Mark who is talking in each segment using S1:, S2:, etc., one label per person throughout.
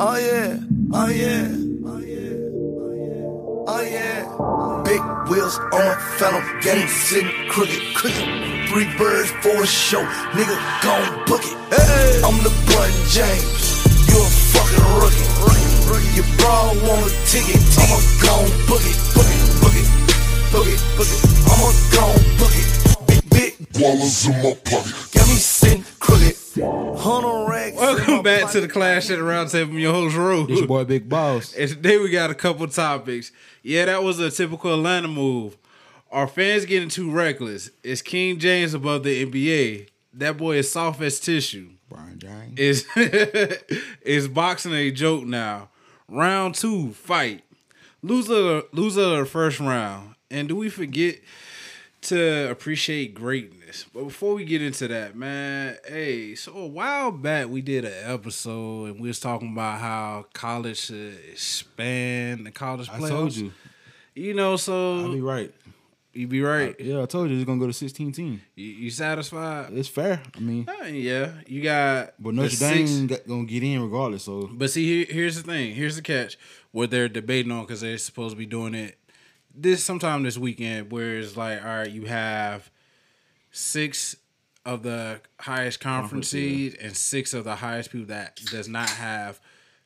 S1: Oh yeah, oh yeah, oh yeah, oh yeah, oh yeah. Big wheels on phantom, game sitting crooked, crooked. Three birds for a show, nigga gon' book it. Hey. I'm LeBron James, you a fucking rookie. rookie. Your bra want a ticket, I'ma gon' book it, book it, book it, book it, book it. I'ma gon' book it. Big, big
S2: Dollars in my pocket.
S1: got me sitting crooked. Hundred racks. in my
S3: Welcome back to the
S1: pocket.
S3: Clash at the Roundtable. I'm your host,
S4: It's your
S3: Rue.
S4: boy Big Boss.
S3: And today we got a couple topics. Yeah, that was a typical Atlanta move. Are fans getting too reckless? Is King James above the NBA? That boy is soft as tissue.
S4: Brian James.
S3: Is is boxing a joke now? Round two, fight. Loser, loser of the first round. And do we forget to appreciate greatness? But before we get into that, man, hey, so a while back we did an episode and we was talking about how college should expand the college
S4: I
S3: playoffs.
S4: told you.
S3: You know,
S4: I'll
S3: so
S4: be right.
S3: you be right.
S4: Yeah, I told you it's gonna go to 16 team.
S3: You, you satisfied?
S4: It's fair. I mean,
S3: Uh, Yeah, you got.
S4: but
S3: the
S4: Notre
S3: six-
S4: Dame got, gonna get in regardless. So
S3: But see, here, here's the thing. Here's the catch. What they're debating on because they're supposed to be doing it this sometime this weekend, where it's like, all right, you have six of the highest conference seeds and six of the highest people that does not have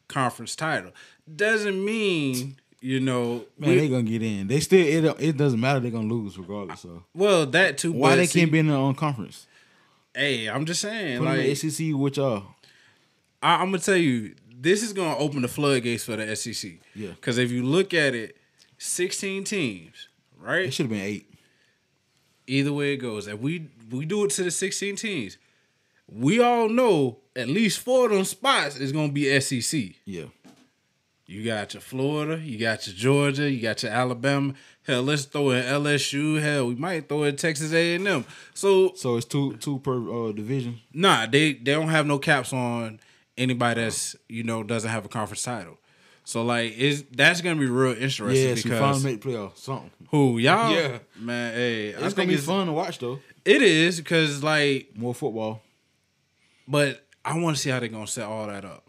S3: conference title. Doesn't mean you know.
S4: man,
S3: we-
S4: they gonna get in. They still it, don't- it doesn't matter. They are gonna lose regardless. So
S3: well, that too.
S4: why
S3: but
S4: they
S3: see-
S4: can't be in their own conference?
S3: Hey, I'm just saying.
S4: Put them in
S3: like,
S4: the E SEC with y'all.
S3: I, I'm gonna tell you, this is gonna open the floodgates for the SEC.
S4: Yeah.
S3: Because if you look at it, 16 teams,
S4: It
S3: right?
S4: should have been eight.
S3: Either way it goes, if we we do it to the 16 teams, we all know at least four of them spots is gonna be SEC.
S4: Yeah,
S3: You got your Florida, you got your Georgia, you got your Alabama. Hell, let's throw in LSU. Hell, we might throw in Texas A&M. So
S4: so it's two two per uh, division.
S3: Nah, they they don't have no caps on anybody that's you know doesn't have a conference title. So like is that's gonna be real interesting
S4: Yeah, so you finally
S3: because
S4: make playoff something.
S3: who y'all
S4: Yeah.
S3: man hey I
S4: It's
S3: think
S4: gonna be
S3: it's
S4: fun to watch though.
S3: it is because like
S4: More football.
S3: but I want to see how they're gonna set all that up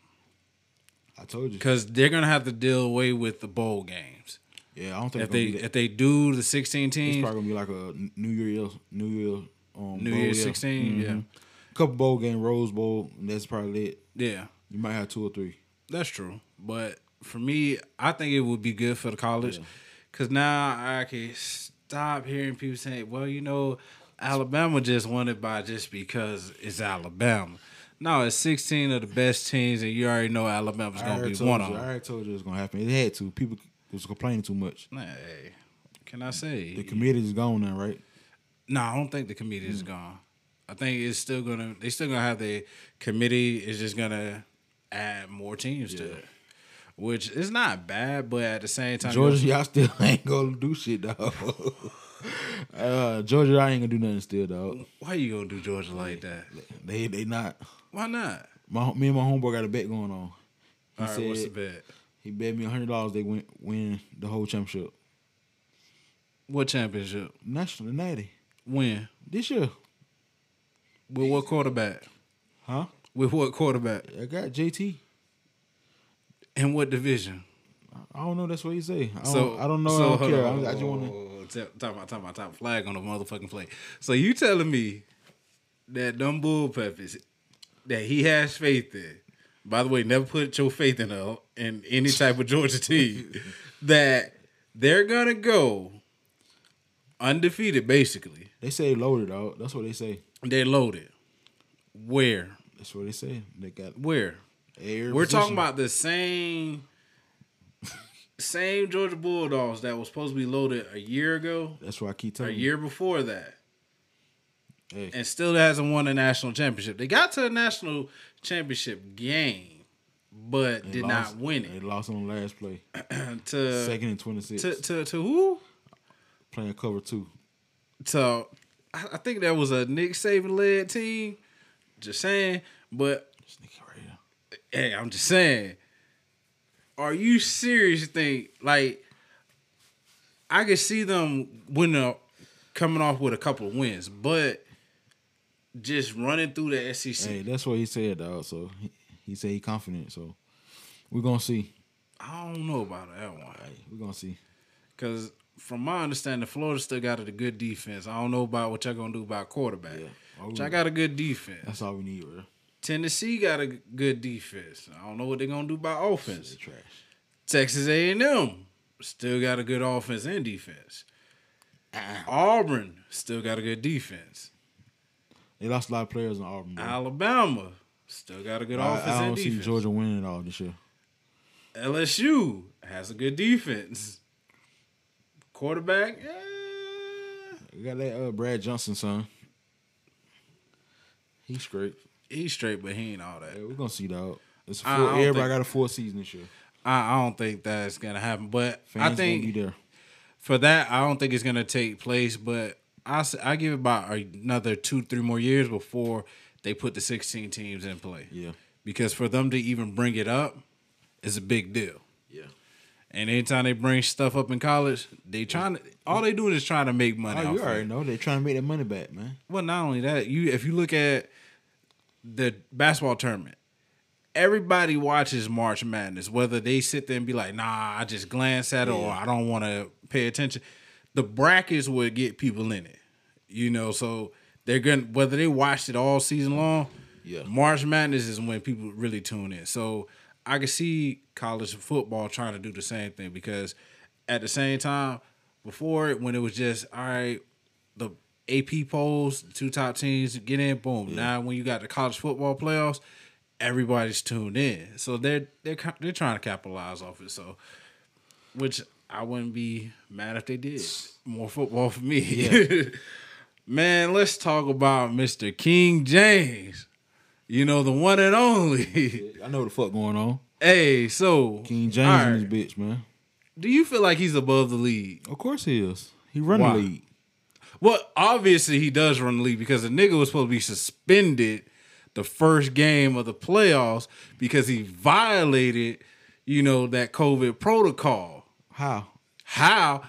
S4: I told you.
S3: because they're gonna have to deal away with the bowl games
S4: Yeah, I don't
S3: if
S4: think it's gonna
S3: they
S4: be that.
S3: if they do the sixteen
S4: It's
S3: teams
S4: probably gonna be like a New Year, New Year, um,
S3: New
S4: bowl,
S3: Year's
S4: yeah. Mm-hmm.
S3: sixteen
S4: couple bowl game, Rose Bowl. And that's probably it.
S3: yeah yeah
S4: You might have two or three.
S3: That's true. But for me, I think it would be good for the college because now I can stop hearing people saying, well, you know, Alabama just won it by just because it's Alabama. No, it's 16 of the best teams, and you already know Alabama's
S4: I
S3: going to
S4: already
S3: be
S4: told
S3: one
S4: you,
S3: of
S4: I
S3: them.
S4: already told you it was gonna happen. It had to. People was complaining too much.
S3: Hey, can I say?
S4: The committee is gone now, right?
S3: No, I don't think the committee
S4: Hmm.
S3: is gone. I think it's still gonna. They still gonna have the committee. Is just gonna add more teams to it, which is not bad. But at the same time,
S4: Georgia, y'all still ain't gonna do shit, dog. uh, Georgia, I ain't gonna do nothing still, dog.
S3: Why you gonna do Georgia like that?
S4: They they not.
S3: Why not?
S4: My me and my homeboy got a bet going on. He
S3: All right,
S4: said
S3: what's the bet?
S4: he bet me hundred dollars. They win win the whole championship.
S3: What championship?
S4: National ninety
S3: When?
S4: this year,
S3: With what quarterback?
S4: huh?
S3: With what quarterback?
S4: I got JT.
S3: And what division?
S4: I don't know. That's what he say. I don't, I don't know. I don't
S3: hold
S4: care.
S3: on,
S4: I, I just
S3: hold
S4: want
S3: on,
S4: to.
S3: hold on. Tell- Talk about, talk about, top flag on the motherfucking play. So you telling me that dumb bull puppies that he has faith in? By the way, never put your faith in a in any type of Georgia team. that they're gonna go undefeated, basically.
S4: They say loaded, dog. That's what they say.
S3: They loaded. Where?
S4: That's what they say. They got
S3: Where?
S4: air.
S3: We're talking about the same same Georgia Bulldogs that was supposed to be loaded a year ago,
S4: That's why I keep
S3: a
S4: telling you.
S3: year before that,
S4: Hey,
S3: and still hasn't won a national championship. They got to the national championship game, but
S4: they
S3: did
S4: lost-
S3: not win
S4: They
S3: it.
S4: lost on the last play,
S3: To,
S4: second and twenty six,
S3: to to to who?
S4: playing cover two.
S3: So I I think that was a Nick Saban led team. Just saying, but
S4: This nigga right here.
S3: Hey, I'm just saying. Are you serious? you Think like I could see them winning, a- coming off with a couple of wins, but just running through the E SEC.
S4: Hey, that's what he said, dog. So he, he said he confident. So We're gonna see.
S3: I don't know about that one.
S4: We're gonna see.
S3: Because from my understanding, Florida still got a good defense. I don't know about what y'all gonna do about quarterback.
S4: Yeah.
S3: Which I got a good defense.
S4: That's all we need, bro.
S3: Tennessee got a good defense. I don't know what they're gonna do about offense.
S4: It's trash.
S3: Texas A and M still got a good offense and defense.
S4: Ah.
S3: Auburn still got a good defense.
S4: They lost a lot of players in Auburn. Bro.
S3: Alabama still got a good
S4: I,
S3: offense
S4: I
S3: and
S4: don't see
S3: defense.
S4: Georgia winning at all this year.
S3: LSU has a good defense. Quarterback, eh,
S4: We got that uh, Brad Johnson son. He's great.
S3: he's straight, but he ain't all that.
S4: Yeah, we're gonna see dog. It's a
S3: I- I
S4: full,
S3: don't
S4: everybody
S3: think-
S4: got a full season this year.
S3: I, I don't think that's gonna happen. But
S4: Fans
S3: I
S4: gonna
S3: think
S4: be there.
S3: for that, I don't think it's gonna take place. But I s- I give it about another two three more years before they put the sixteen teams in play.
S4: Yeah.
S3: because for them to even bring it up is a big deal.
S4: Yeah.
S3: And anytime they bring stuff up in college, they trying to all they doing is trying to make money.
S4: Oh,
S3: off
S4: you
S3: of
S4: already
S3: it.
S4: know they're trying to make that money back, man.
S3: Well, not only that, you if you look at the basketball tournament, everybody watches March Madness. Whether they sit there and be like, "Nah, I just glance at it," or "I don't want to pay attention," the brackets would get people in it. You know, so they're gonna whether they watched it all season long.
S4: Yeah.
S3: March Madness is when people really tune in. So I can see college football trying to do the same thing because at the same time, before it, when it was just all right, the AP polls, the two top teams get in, boom. Now when you got the college football playoffs, everybody's tuned in. So they're they're ca- they're trying to capitalize off it. So, which I wouldn't be mad if they did more football for me. Man, let's talk about Mr. King James. You know the one and only.
S4: I know what the fuck going on.
S3: hey, so
S4: King James
S3: all
S4: and
S3: right.
S4: this bitch, man.
S3: do you feel like he's above the league?
S4: Of course he is. He run
S3: Why?
S4: the league.
S3: Well, obviously he does run the league because the nigga was supposed to be suspended the first game of the playoffs because he violated, you know, that COVID protocol.
S4: How?
S3: How?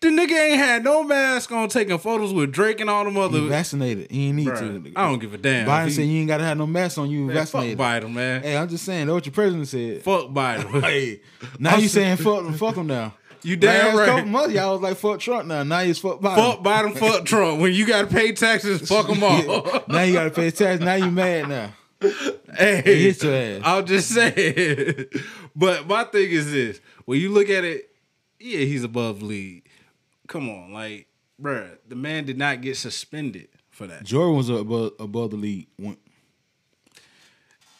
S3: The nigga ain't had no mask on taking photos with Drake and all them other.
S4: He vaccinated. He ain't need
S3: Bruh,
S4: to.
S3: I don't give a damn.
S4: Biden
S3: He-
S4: said you ain't gotta have no mask on. You
S3: man, fuck
S4: vaccinated.
S3: Biden, man.
S4: Hey, I'm just saying. That's what your president said.
S3: Fuck Biden.
S4: Hey, now you saying fuck, fuck him now.
S3: You damn
S4: Last
S3: right.
S4: couple months, y'all was like fuck Trump now. Now he's fuck Biden.
S3: fuck Biden, fuck Trump. When you gotta pay taxes, fuck them all.
S4: now you gotta pay tax. Now you mad now.
S3: hey,
S4: hit your ass.
S3: I'll just say. but my thing is this: when you look at it, yeah, he's above league. Come on, like, bruh, the man did not get suspended for that.
S4: Jordan was above above the league. One-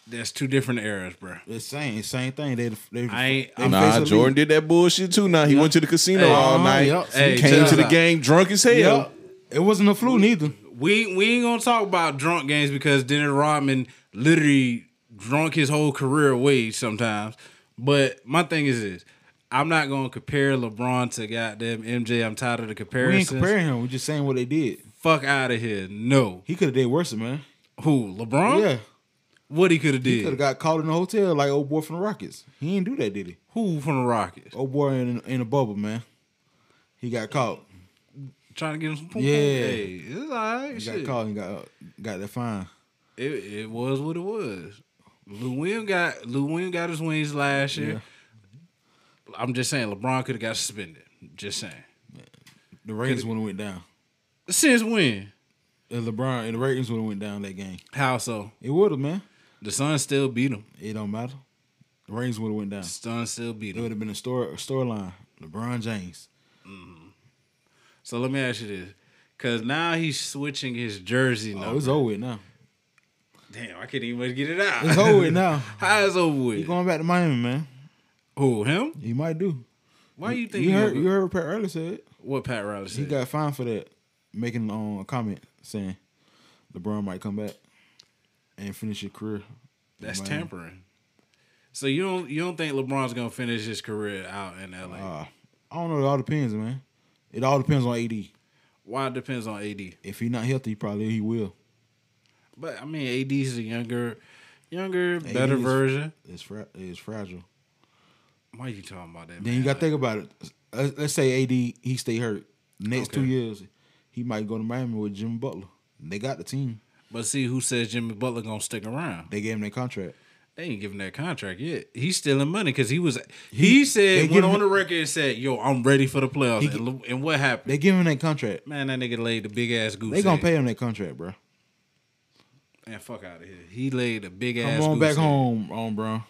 S3: That's two different eras, bruh.
S4: The same same thing. They they,
S3: I ain't-
S4: they
S3: I'm-
S4: face
S2: Nah,
S4: the
S2: Jordan did
S4: league.
S2: that bullshit too. Now he went to the casino
S3: Hey.
S2: all
S4: Uh-huh,
S2: night.
S4: yup.
S3: Hey,
S2: Came to the
S3: Chuck.
S2: game drunk as hell.
S4: Yup. It wasn't a flu neither.
S3: We we ain't gonna talk about drunk games because Dennis Rodman literally drunk his whole career away sometimes. But my thing is this: I'm not gonna compare LeBron to goddamn MJ. I'm tired of the
S4: We ain't
S3: comparisons.
S4: comparing him. We're just saying what they did.
S3: Fuck out of here. No,
S4: He could have did worse, man.
S3: who LeBron?
S4: Yeah,
S3: What he could have
S4: could have
S3: did?
S4: got caught in the hotel like old boy from the Rockets. He ain't do that, did he?
S3: Who from the Rockets?
S4: Old boy in in a bubble, man. He got caught.
S3: Trying to get him some poop.
S4: Yeah.
S3: hey, it's all right.
S4: He
S3: Shit.
S4: got caught and got got that fine.
S3: It, it was what it was. Lou Williams got Lou Williams got his wings last year. I'm just saying LeBron could have got suspended. Just saying.
S4: The ratings would have went down.
S3: Since when?
S4: And LeBron and the ratings would have went down that game.
S3: How so?
S4: It would have, man.
S3: The Suns still beat him.
S4: It don't matter. The ratings would have went down.
S3: The Suns still beat
S4: It
S3: him.
S4: would have been a story a storyline. LeBron James.
S3: So let me ask you this, because now he's switching his jersey
S4: Oh,
S3: number.
S4: it's over with now.
S3: Damn, I can't even get it out.
S4: It's over with now.
S3: How is over
S4: He
S3: with?
S4: going back to Miami, man.
S3: Who him?
S4: He might do.
S3: Why you think
S4: You
S3: he
S4: heard
S3: gonna-
S4: you heard what Pat Riley said.
S3: what Pat Riley
S4: He
S3: said?
S4: got fined for that, making um, a comment saying LeBron might come back and finish his career. in
S3: That's
S4: Miami.
S3: tampering. So you don't you don't think LeBron's gonna finish his career out in LA?
S4: Uh, I don't know. It all depends, man. It all depends on AD.
S3: Why it depends on AD.
S4: If he's not healthy, probably he will.
S3: But I mean AD's a younger, younger, better
S4: is-
S3: version.
S4: It's fra- it's fragile.
S3: Why you talking about that?
S4: Then
S3: man?
S4: you got to think about it. Let's- Let's say AD he stay hurt next
S3: Okay.
S4: two years, he might go to Miami with Jimmy Butler. They got the team.
S3: But see who says Jimmy Butler gonna stick around?
S4: They gave him their contract.
S3: They ain't giving that contract yet. He's stealing money because he was. He,
S4: they
S3: said
S4: give
S3: went on
S4: him-
S3: the record and said, "Yo, I'm ready for the playoffs."
S4: He
S3: and, lo- and what happened?
S4: They give him that contract.
S3: Man, that nigga laid the big ass goose.
S4: They gonna
S3: egg.
S4: pay him that contract, bro.
S3: Man, fuck out of here. He laid a big ass.
S4: Come on
S3: goose
S4: back
S3: egg.
S4: home, on bro.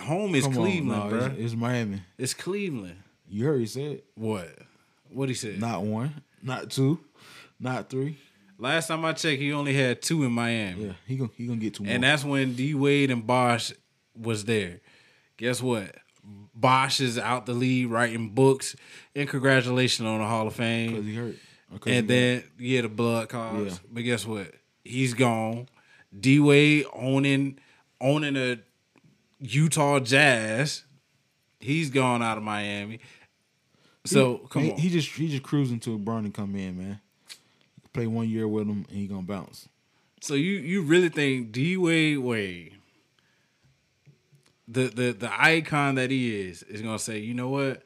S3: Home is
S4: Come
S3: Cleveland,
S4: on, no,
S3: bro.
S4: It's, it's Miami.
S3: It's Cleveland.
S4: You heard he said
S3: What? What he said?
S4: not one, not two, not three.
S3: Last time I checked, he only had two in Miami,
S4: Yeah, he gonna he gonna get two more.
S3: and that's when D Wade and Bosch was there. Guess what? Bosch is out the lead, writing books, and congratulations on the Hall of
S4: because
S3: Fame.
S4: he hurt. Or 'cause
S3: And
S4: he
S3: then yeah, the blood cause.
S4: Yeah.
S3: But guess what? He's gone. D Wade owning owning a Utah Jazz. He's gone out of Miami. So
S4: got-
S3: come
S4: he,
S3: on.
S4: he just he just cruising to Brown and come in, man. Play one year with him and he gonna bounce.
S3: So you you really think D Wade Wade, the the the icon that he is, is gonna say, you know what?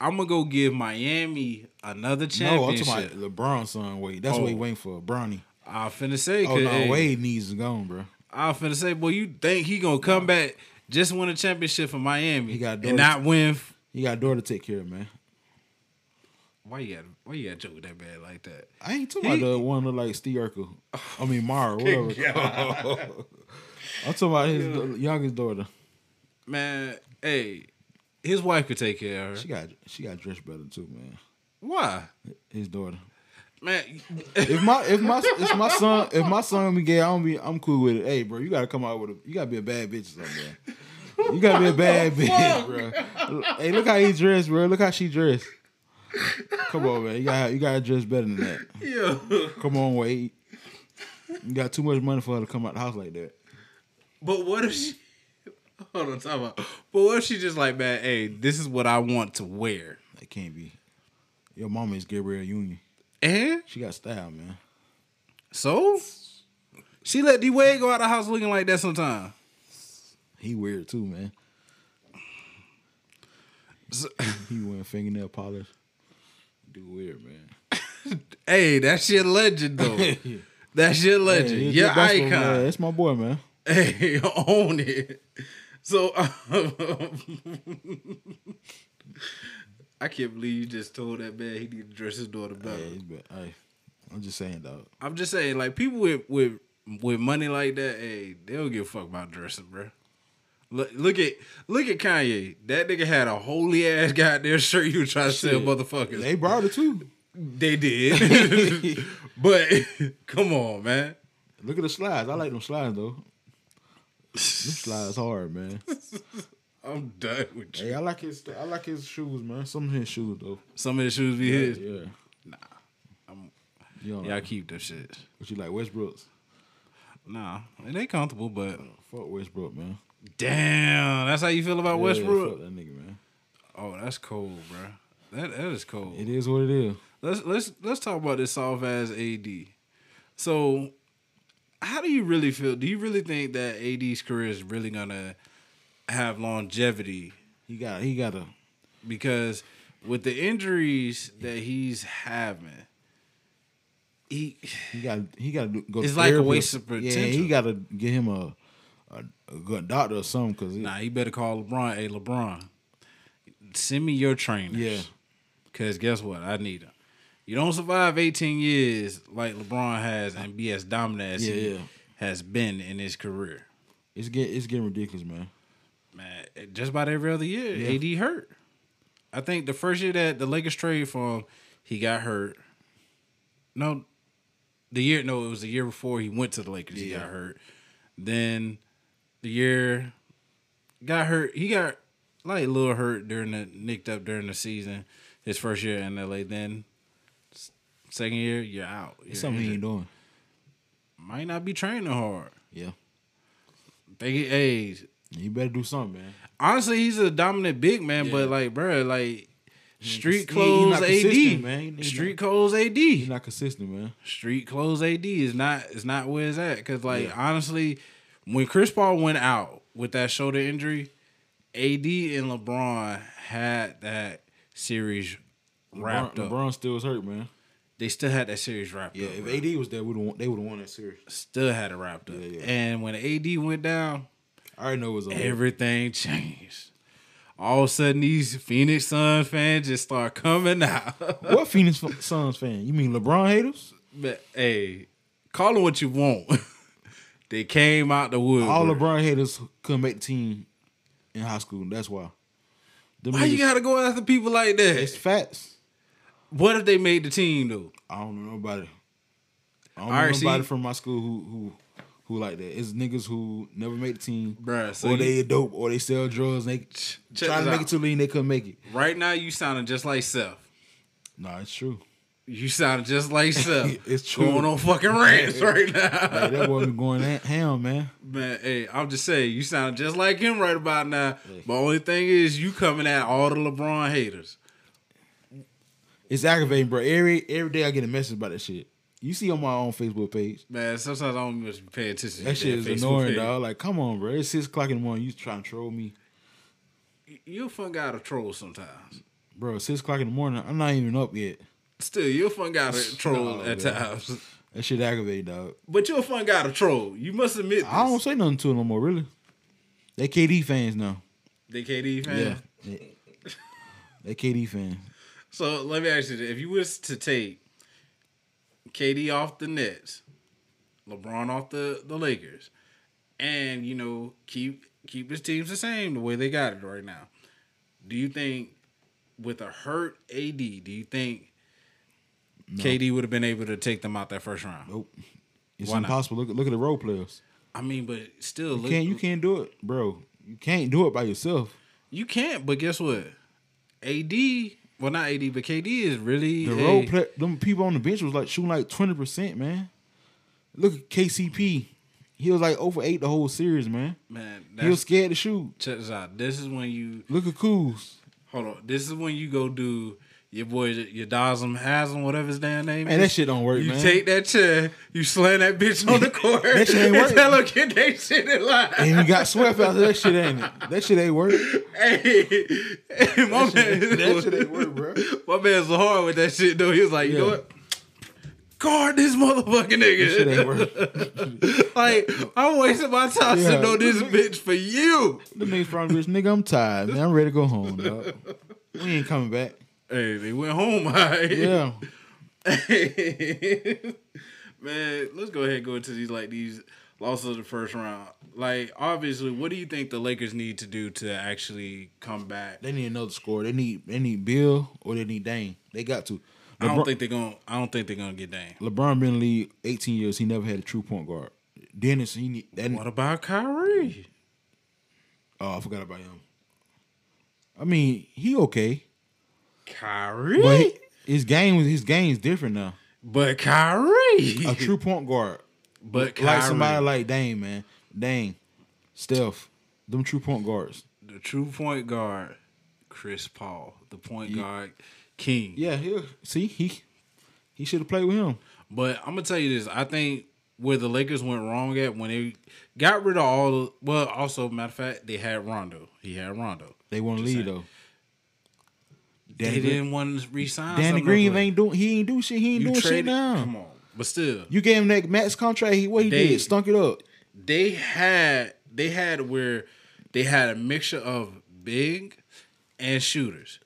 S3: I'm gonna go give Miami another
S4: No, I'm talking
S3: championship.
S4: about LeBron's son Wade. That's what he
S3: Oh.
S4: waiting for. Brownie.
S3: I am finna say,
S4: Oh
S3: cause,
S4: no,
S3: hey,
S4: Wade needs to go, bro.
S3: I finna say, boy, you think he gonna come back just win a championship for Miami
S4: He got
S3: and
S4: Doris-
S3: not win? f-
S4: You got a door to take care of, man.
S3: Why you got why you got joke that bad like that?
S4: I ain't talking
S3: He-
S4: about the one that look like Steve Urkel. I mean Mara, whatever. I'm talking about his da- youngest daughter.
S3: Man, hey, his wife could take care of her.
S4: She got she got dressed better too, man.
S3: Why,
S4: His daughter.
S3: man?
S4: If my if my if my son if my son be gay, I'm be I'm cool with it. Hey, bro, you gotta come out with a you gotta be a bad bitch or something. Bro. You gotta be a bad bitch, bro. Hey, look how he dressed, bro. Look how she dressed. Come on, man. You got you gotta dress better than that.
S3: yeah,
S4: Come on, Wade. You got too much money for her to come out the house like that.
S3: but what if she? Hold on, talk about. But what if she just like, man? Hey, this is what I want to wear,
S4: That can't be. Your mama is Gabrielle Union.
S3: and
S4: She got style, man.
S3: so she let D Wade go out the house looking like that sometime.
S4: He weird too, man.
S3: So-
S4: He wearing fingernail polish. Dude weird, man.
S3: hey, that's your legend though. That's your legend.
S4: Hey, he's
S3: your
S4: the best one,
S3: icon.
S4: man. That's my boy, man.
S3: Hey, own it. So I can't believe you just told that man he need to dress his daughter better.
S4: Hey, he's been- hey, I'm just saying, dog.
S3: I'm just saying, like people with with with money like that, hey, they don't give a fuck about dressing, bro. Look, look at look at Kanye. That nigga had a holy ass goddamn shirt you was trying to sell motherfuckers.
S4: They brought it too.
S3: They did, but come on, man.
S4: Look at the slides. I like them slides though. Them slides hard, man.
S3: I'm done with you.
S4: Hey, I like his. I like his shoes, man. Some of his shoes though.
S3: Some of the shoes be his.
S4: Yeah. Nah.
S3: I'm-
S4: You don't
S3: Yeah, I
S4: like,
S3: keep them shits.
S4: what you like Westbrook's?
S3: Nah, it ain't comfortable, but
S4: Fuck Westbrook, man.
S3: damn, that's how you feel about Westbrook.
S4: Fuck that nigga, man.
S3: Oh, that's cold, bro. That that is cold.
S4: It is what it is.
S3: Let's let's let's talk about this soft ass AD. So, how do you really feel? Do you really think that AD's career is really gonna have longevity?
S4: He got. He got a.
S3: Because with the injuries that he's having, he
S4: He got. He got to go.
S3: It's
S4: to
S3: like a
S4: therapy.
S3: waste of
S4: Yeah,
S3: potential.
S4: he got to get him a, a, a good doctor or something. Cause it-
S3: nah, he better call LeBron. Hey, LeBron, send me your trainers.
S4: yeah,
S3: Cause guess what? I need him. You don't survive 18 years like LeBron has and be as dominant as
S4: Yeah,
S3: he
S4: yeah.
S3: has been in his career.
S4: it's get. It's getting ridiculous, man.
S3: Man, just about every other year,
S4: Yeah.
S3: AD hurt. I think the first year that the Lakers traded for him, he got hurt. No, the year no, it was the year before he went to the Lakers. He
S4: Yeah.
S3: got hurt. Then the year got hurt. He got like a little hurt during the nicked up during the season. His first year in LA. Then s- second year, you're out. You're
S4: It's something he ain't
S3: injured.
S4: doing.
S3: Might not be training hard.
S4: Yeah,
S3: They get A's.
S4: you better do something, man.
S3: honestly, he's a dominant big man,
S4: Yeah.
S3: but like, bruh, like street
S4: He- he
S3: clothes
S4: not consistent,
S3: AD,
S4: man. He- he
S3: street
S4: not-
S3: clothes AD,
S4: He's not consistent, man.
S3: street clothes AD is not is not where it's at. Cause like honestly, when Chris Paul went out with that shoulder injury, AD and LeBron had that series wrapped
S4: LeBron,
S3: up.
S4: LeBron still is hurt, man.
S3: They still had that series wrapped
S4: Yeah,
S3: up.
S4: if
S3: bruh.
S4: AD was there, would they would have won that series.
S3: still had it wrapped up.
S4: Yeah, yeah.
S3: And when AD went down,
S4: I already know it was over.
S3: Everything changed. All of a sudden, these Phoenix Suns fans just start coming out.
S4: what Phoenix f- Suns fan? You mean LeBron haters?
S3: but hey, call them what you want. they came out the wood.
S4: All LeBron haters couldn't make the team in high school. That's why. Them
S3: Why you
S4: niggas-
S3: gotta go after people like
S4: It's
S3: that?
S4: facts.
S3: What if they made the team though?
S4: I don't know nobody. I don't
S3: Alright,
S4: know
S3: see-
S4: nobody from my school who who who like that. It's niggas who never made the team,
S3: Bruh, so
S4: or
S3: you-
S4: they dope, or they sell drugs. And they ch-
S3: check
S4: try to
S3: this
S4: make
S3: out.
S4: it to lean, they couldn't make it.
S3: Right now, you sounding just like Seth.
S4: Nah, it's true.
S3: You sound just like Seth.
S4: It's true.
S3: Going on fucking rants right now.
S4: Like, that wasn't going ha- ham, man.
S3: Man, hey, I'm just saying, you sound just like him right about now. But only thing is, you coming at all the LeBron haters.
S4: It's aggravating, bro. Every every day I get a message about that shit. You see on my own Facebook page.
S3: Man, sometimes I don't even pay attention.
S4: That
S3: to
S4: shit is
S3: Facebook
S4: annoying,
S3: page.
S4: dog. Like, come on, bro. It's six o'clock in the morning. You trying to troll me,
S3: You a fun guy to troll sometimes.
S4: bro? Six o'clock in the morning. I'm not even up yet.
S3: Still, you a fun guy to troll
S4: No,
S3: at
S4: man.
S3: times.
S4: That shit aggravating, dog.
S3: But you a fun guy to troll. You must admit this.
S4: I don't say nothing to them no more, really. They KD fans now.
S3: They KD fan.
S4: Yeah. They, they KD fans.
S3: So let me ask you: this. If you was to take KD off the Nets, LeBron off the the Lakers, and you know keep keep his teams the same the way they got it right now, do you think with a hurt AD, do you think KD would have been able to take them out that first round?
S4: Nope. It's
S3: Why not?
S4: impossible. Look, at- look at the role players.
S3: I mean, but still,
S4: You can't, you can't do it, bro. You can't do it by yourself.
S3: you can't. But guess what? AD, well, not AD, but KD is really
S4: The
S3: a-
S4: role play, them people on the bench was like shooting like 20%, man. Look at KCP. He was like over 8 the whole series, man.
S3: man.
S4: He was
S3: That's,
S4: scared to shoot.
S3: check this out. This is when you
S4: Look at Kuz.
S3: Hold on. This is when you go do your boy, your Dazum Hasm, whatever his damn name
S4: Man,
S3: is.
S4: that shit don't work,
S3: You
S4: man.
S3: take that chair, you slam that bitch on the court,
S4: That shit ain't
S3: and
S4: working.
S3: tell her get that shit in line.
S4: and we got swept out. That shit ain't it. That shit ain't work.
S3: hey, hey, my man,
S4: That shit ain't work, bro.
S3: my man's hard with that shit though. He was like, you know
S4: Yeah.
S3: what? Guard this motherfucking
S4: That shit ain't
S3: nigga.
S4: work.
S3: like I'm wasting my time
S4: Yeah.
S3: sitting on this bitch for you.
S4: The niggas probably rich. Nigga, I'm tired, man. I'm ready to go home, dog. We ain't coming back.
S3: Hey, they went home. All right.
S4: Yeah.
S3: Man, let's go ahead and go into these like these losses of the first round. Like, obviously, what do you think the Lakers need to do to actually come back?
S4: They need another score. They need they need Bill or they need Dane. They got to.
S3: I
S4: LeBron,
S3: don't think they're gonna. I don't think they're gonna get Dame.
S4: LeBron been in the league 18 years. He never had a true point guard. Dennis, he need that.
S3: What about Kyrie?
S4: Oh, I forgot about him. I mean, he okay,
S3: Kyrie,
S4: but
S3: but,
S4: he- his game was his game's different now.
S3: Kyrie,
S4: A true point guard,
S3: but Kyrie,
S4: like somebody like Dane, man, Dane, Steph, them true point guards.
S3: the true point guard, Chris Paul, the point guard king.
S4: Yeah, he see he he should have played with him.
S3: But I'm gonna tell you this: I think where the Lakers went wrong at when they got rid of all. Well, also matter of fact, they had Rondo. He had Rondo.
S4: They want to
S3: Just
S4: leave
S3: saying.
S4: though. Danny,
S3: they
S4: Green-
S3: didn't want to resign.
S4: Danny
S3: some of
S4: Green
S3: them.
S4: ain't doing. He ain't do shit. He ain't
S3: You
S4: doing shit
S3: traded-
S4: now.
S3: Come on, but still,
S4: You gave him that max contract. He what he
S3: They-
S4: did stunk it up.
S3: they had they had where they had a mixture of big and shooters.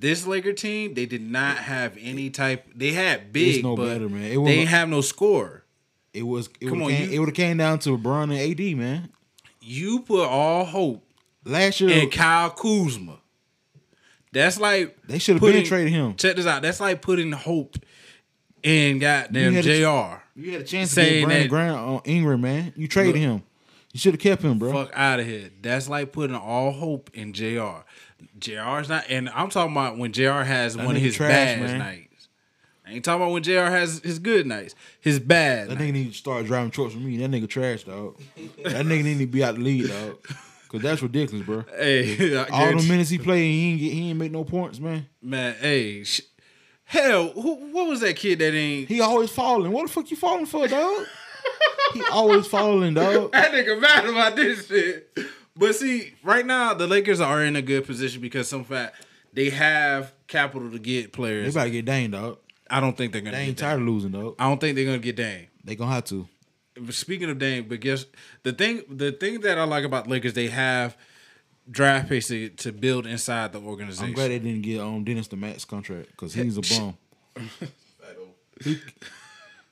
S3: This Laker team, they did not have any type. They had big,
S4: no
S3: but
S4: better, man. It
S3: they
S4: was-
S3: didn't have no score.
S4: It was. It
S3: Come
S4: would
S3: on,
S4: came,
S3: you-
S4: it would have came down to LeBron and AD, man.
S3: You put all hope
S4: Last year
S3: and Kyle Kuzma. That's like
S4: They should've been
S3: putting-
S4: traded him.
S3: Check this out. That's like putting hope in goddamn
S4: You had a-
S3: Jr.
S4: you had a chance to
S3: saying
S4: get Brandon
S3: that-
S4: Graham on Ingram, man. You traded him. You should have kept him, bro.
S3: Fuck out of here. That's like putting all hope in Jr. Jr's not, and I'm talking about when Jr. has one of
S4: nigga
S3: his
S4: trash,
S3: bad
S4: man.
S3: nights. I ain't talking about when Jr. has his good nights. His bad.
S4: That
S3: nights.
S4: nigga need to start driving trucks with me. That nigga trash, dog. that nigga need to be out the lead, dog. Cause that's ridiculous, bro.
S3: Hey, I
S4: All the
S3: guarantee-
S4: minutes he played, he ain't get, he ain't make no points, man.
S3: man. Hey, sh- hell, who, what was that kid that ain't?
S4: He always falling. What the fuck you falling for, dog? he always falling, dog.
S3: That nigga mad about this shit. But see, right now the Lakers are in a good position because some fact they have capital to get
S4: They
S3: players.
S4: about to get Dane, dog.
S3: I don't think they're gonna
S4: They
S3: get
S4: ain't
S3: Dame.
S4: tired of losing, dog.
S3: I don't think they're gonna get Dame.
S4: They gonna have to.
S3: speaking of Dame, but guess the thing the thing that I like about Lakers, they have draft picks to, to build inside the organization.
S4: I'm glad they didn't get um Dennis the Max contract because he's a bum. he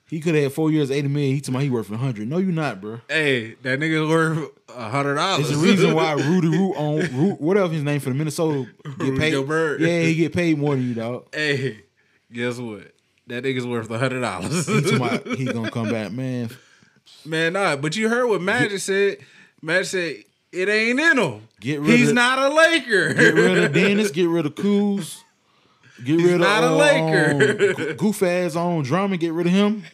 S4: he could have had four years, eighty million. He told me he worth hundred. No, you not, bro.
S3: hey, that nigga's worth a hundred dollars.
S4: It's the reason why Rudy Root on Root, whatever his name for the Minnesota get
S3: Rudy
S4: paid.
S3: Gobert.
S4: Yeah, he get paid more than you, dog.
S3: hey, guess what? That nigga's worth a hundred dollars.
S4: He told me he gonna come back, man.
S3: Man, nah, but you heard what Magic said. Magic said it ain't in him.
S4: Get rid
S3: He's
S4: of-
S3: not a Laker.
S4: Get rid of Dennis. Get rid of Kuz. Get rid of
S3: not a
S4: uh,
S3: Laker.
S4: um, goof ass on Drummond. Get rid of him.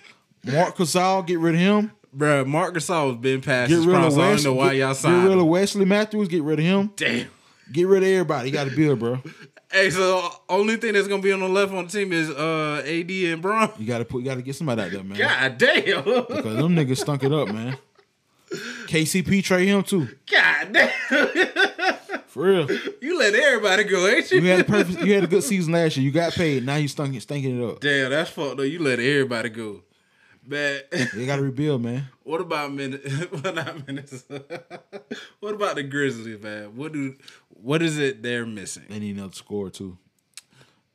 S4: Mark Casal. Get rid of him.
S3: Bruh, Mark Gasol has been past
S4: Get
S3: his
S4: rid
S3: prime,
S4: of
S3: so I don't
S4: Wesley.
S3: know why y'all
S4: get, get
S3: signed
S4: rid of
S3: him.
S4: Wesley Matthews. Get rid of him.
S3: Damn.
S4: Get rid of everybody. You got to build, bro.
S3: Hey, so only thing that's gonna be on the left on the team is uh AD and Bron.
S4: You got to put. You got to get somebody out there, man.
S3: God damn. God
S4: Because them niggas stunk it up, man. KCP trade him too.
S3: damn.
S4: For real.
S3: You let everybody go, ain't
S4: You
S3: you?
S4: had a perfect. You had a good season last year. You got paid. Now you stunk it, stinking it up.
S3: Damn, that's fucked up. You let everybody go. But
S4: You got to rebuild, man.
S3: what about Min- what not Minnesota? what about the Grizzlies, man? What do what is it they're missing?
S4: They need another score too,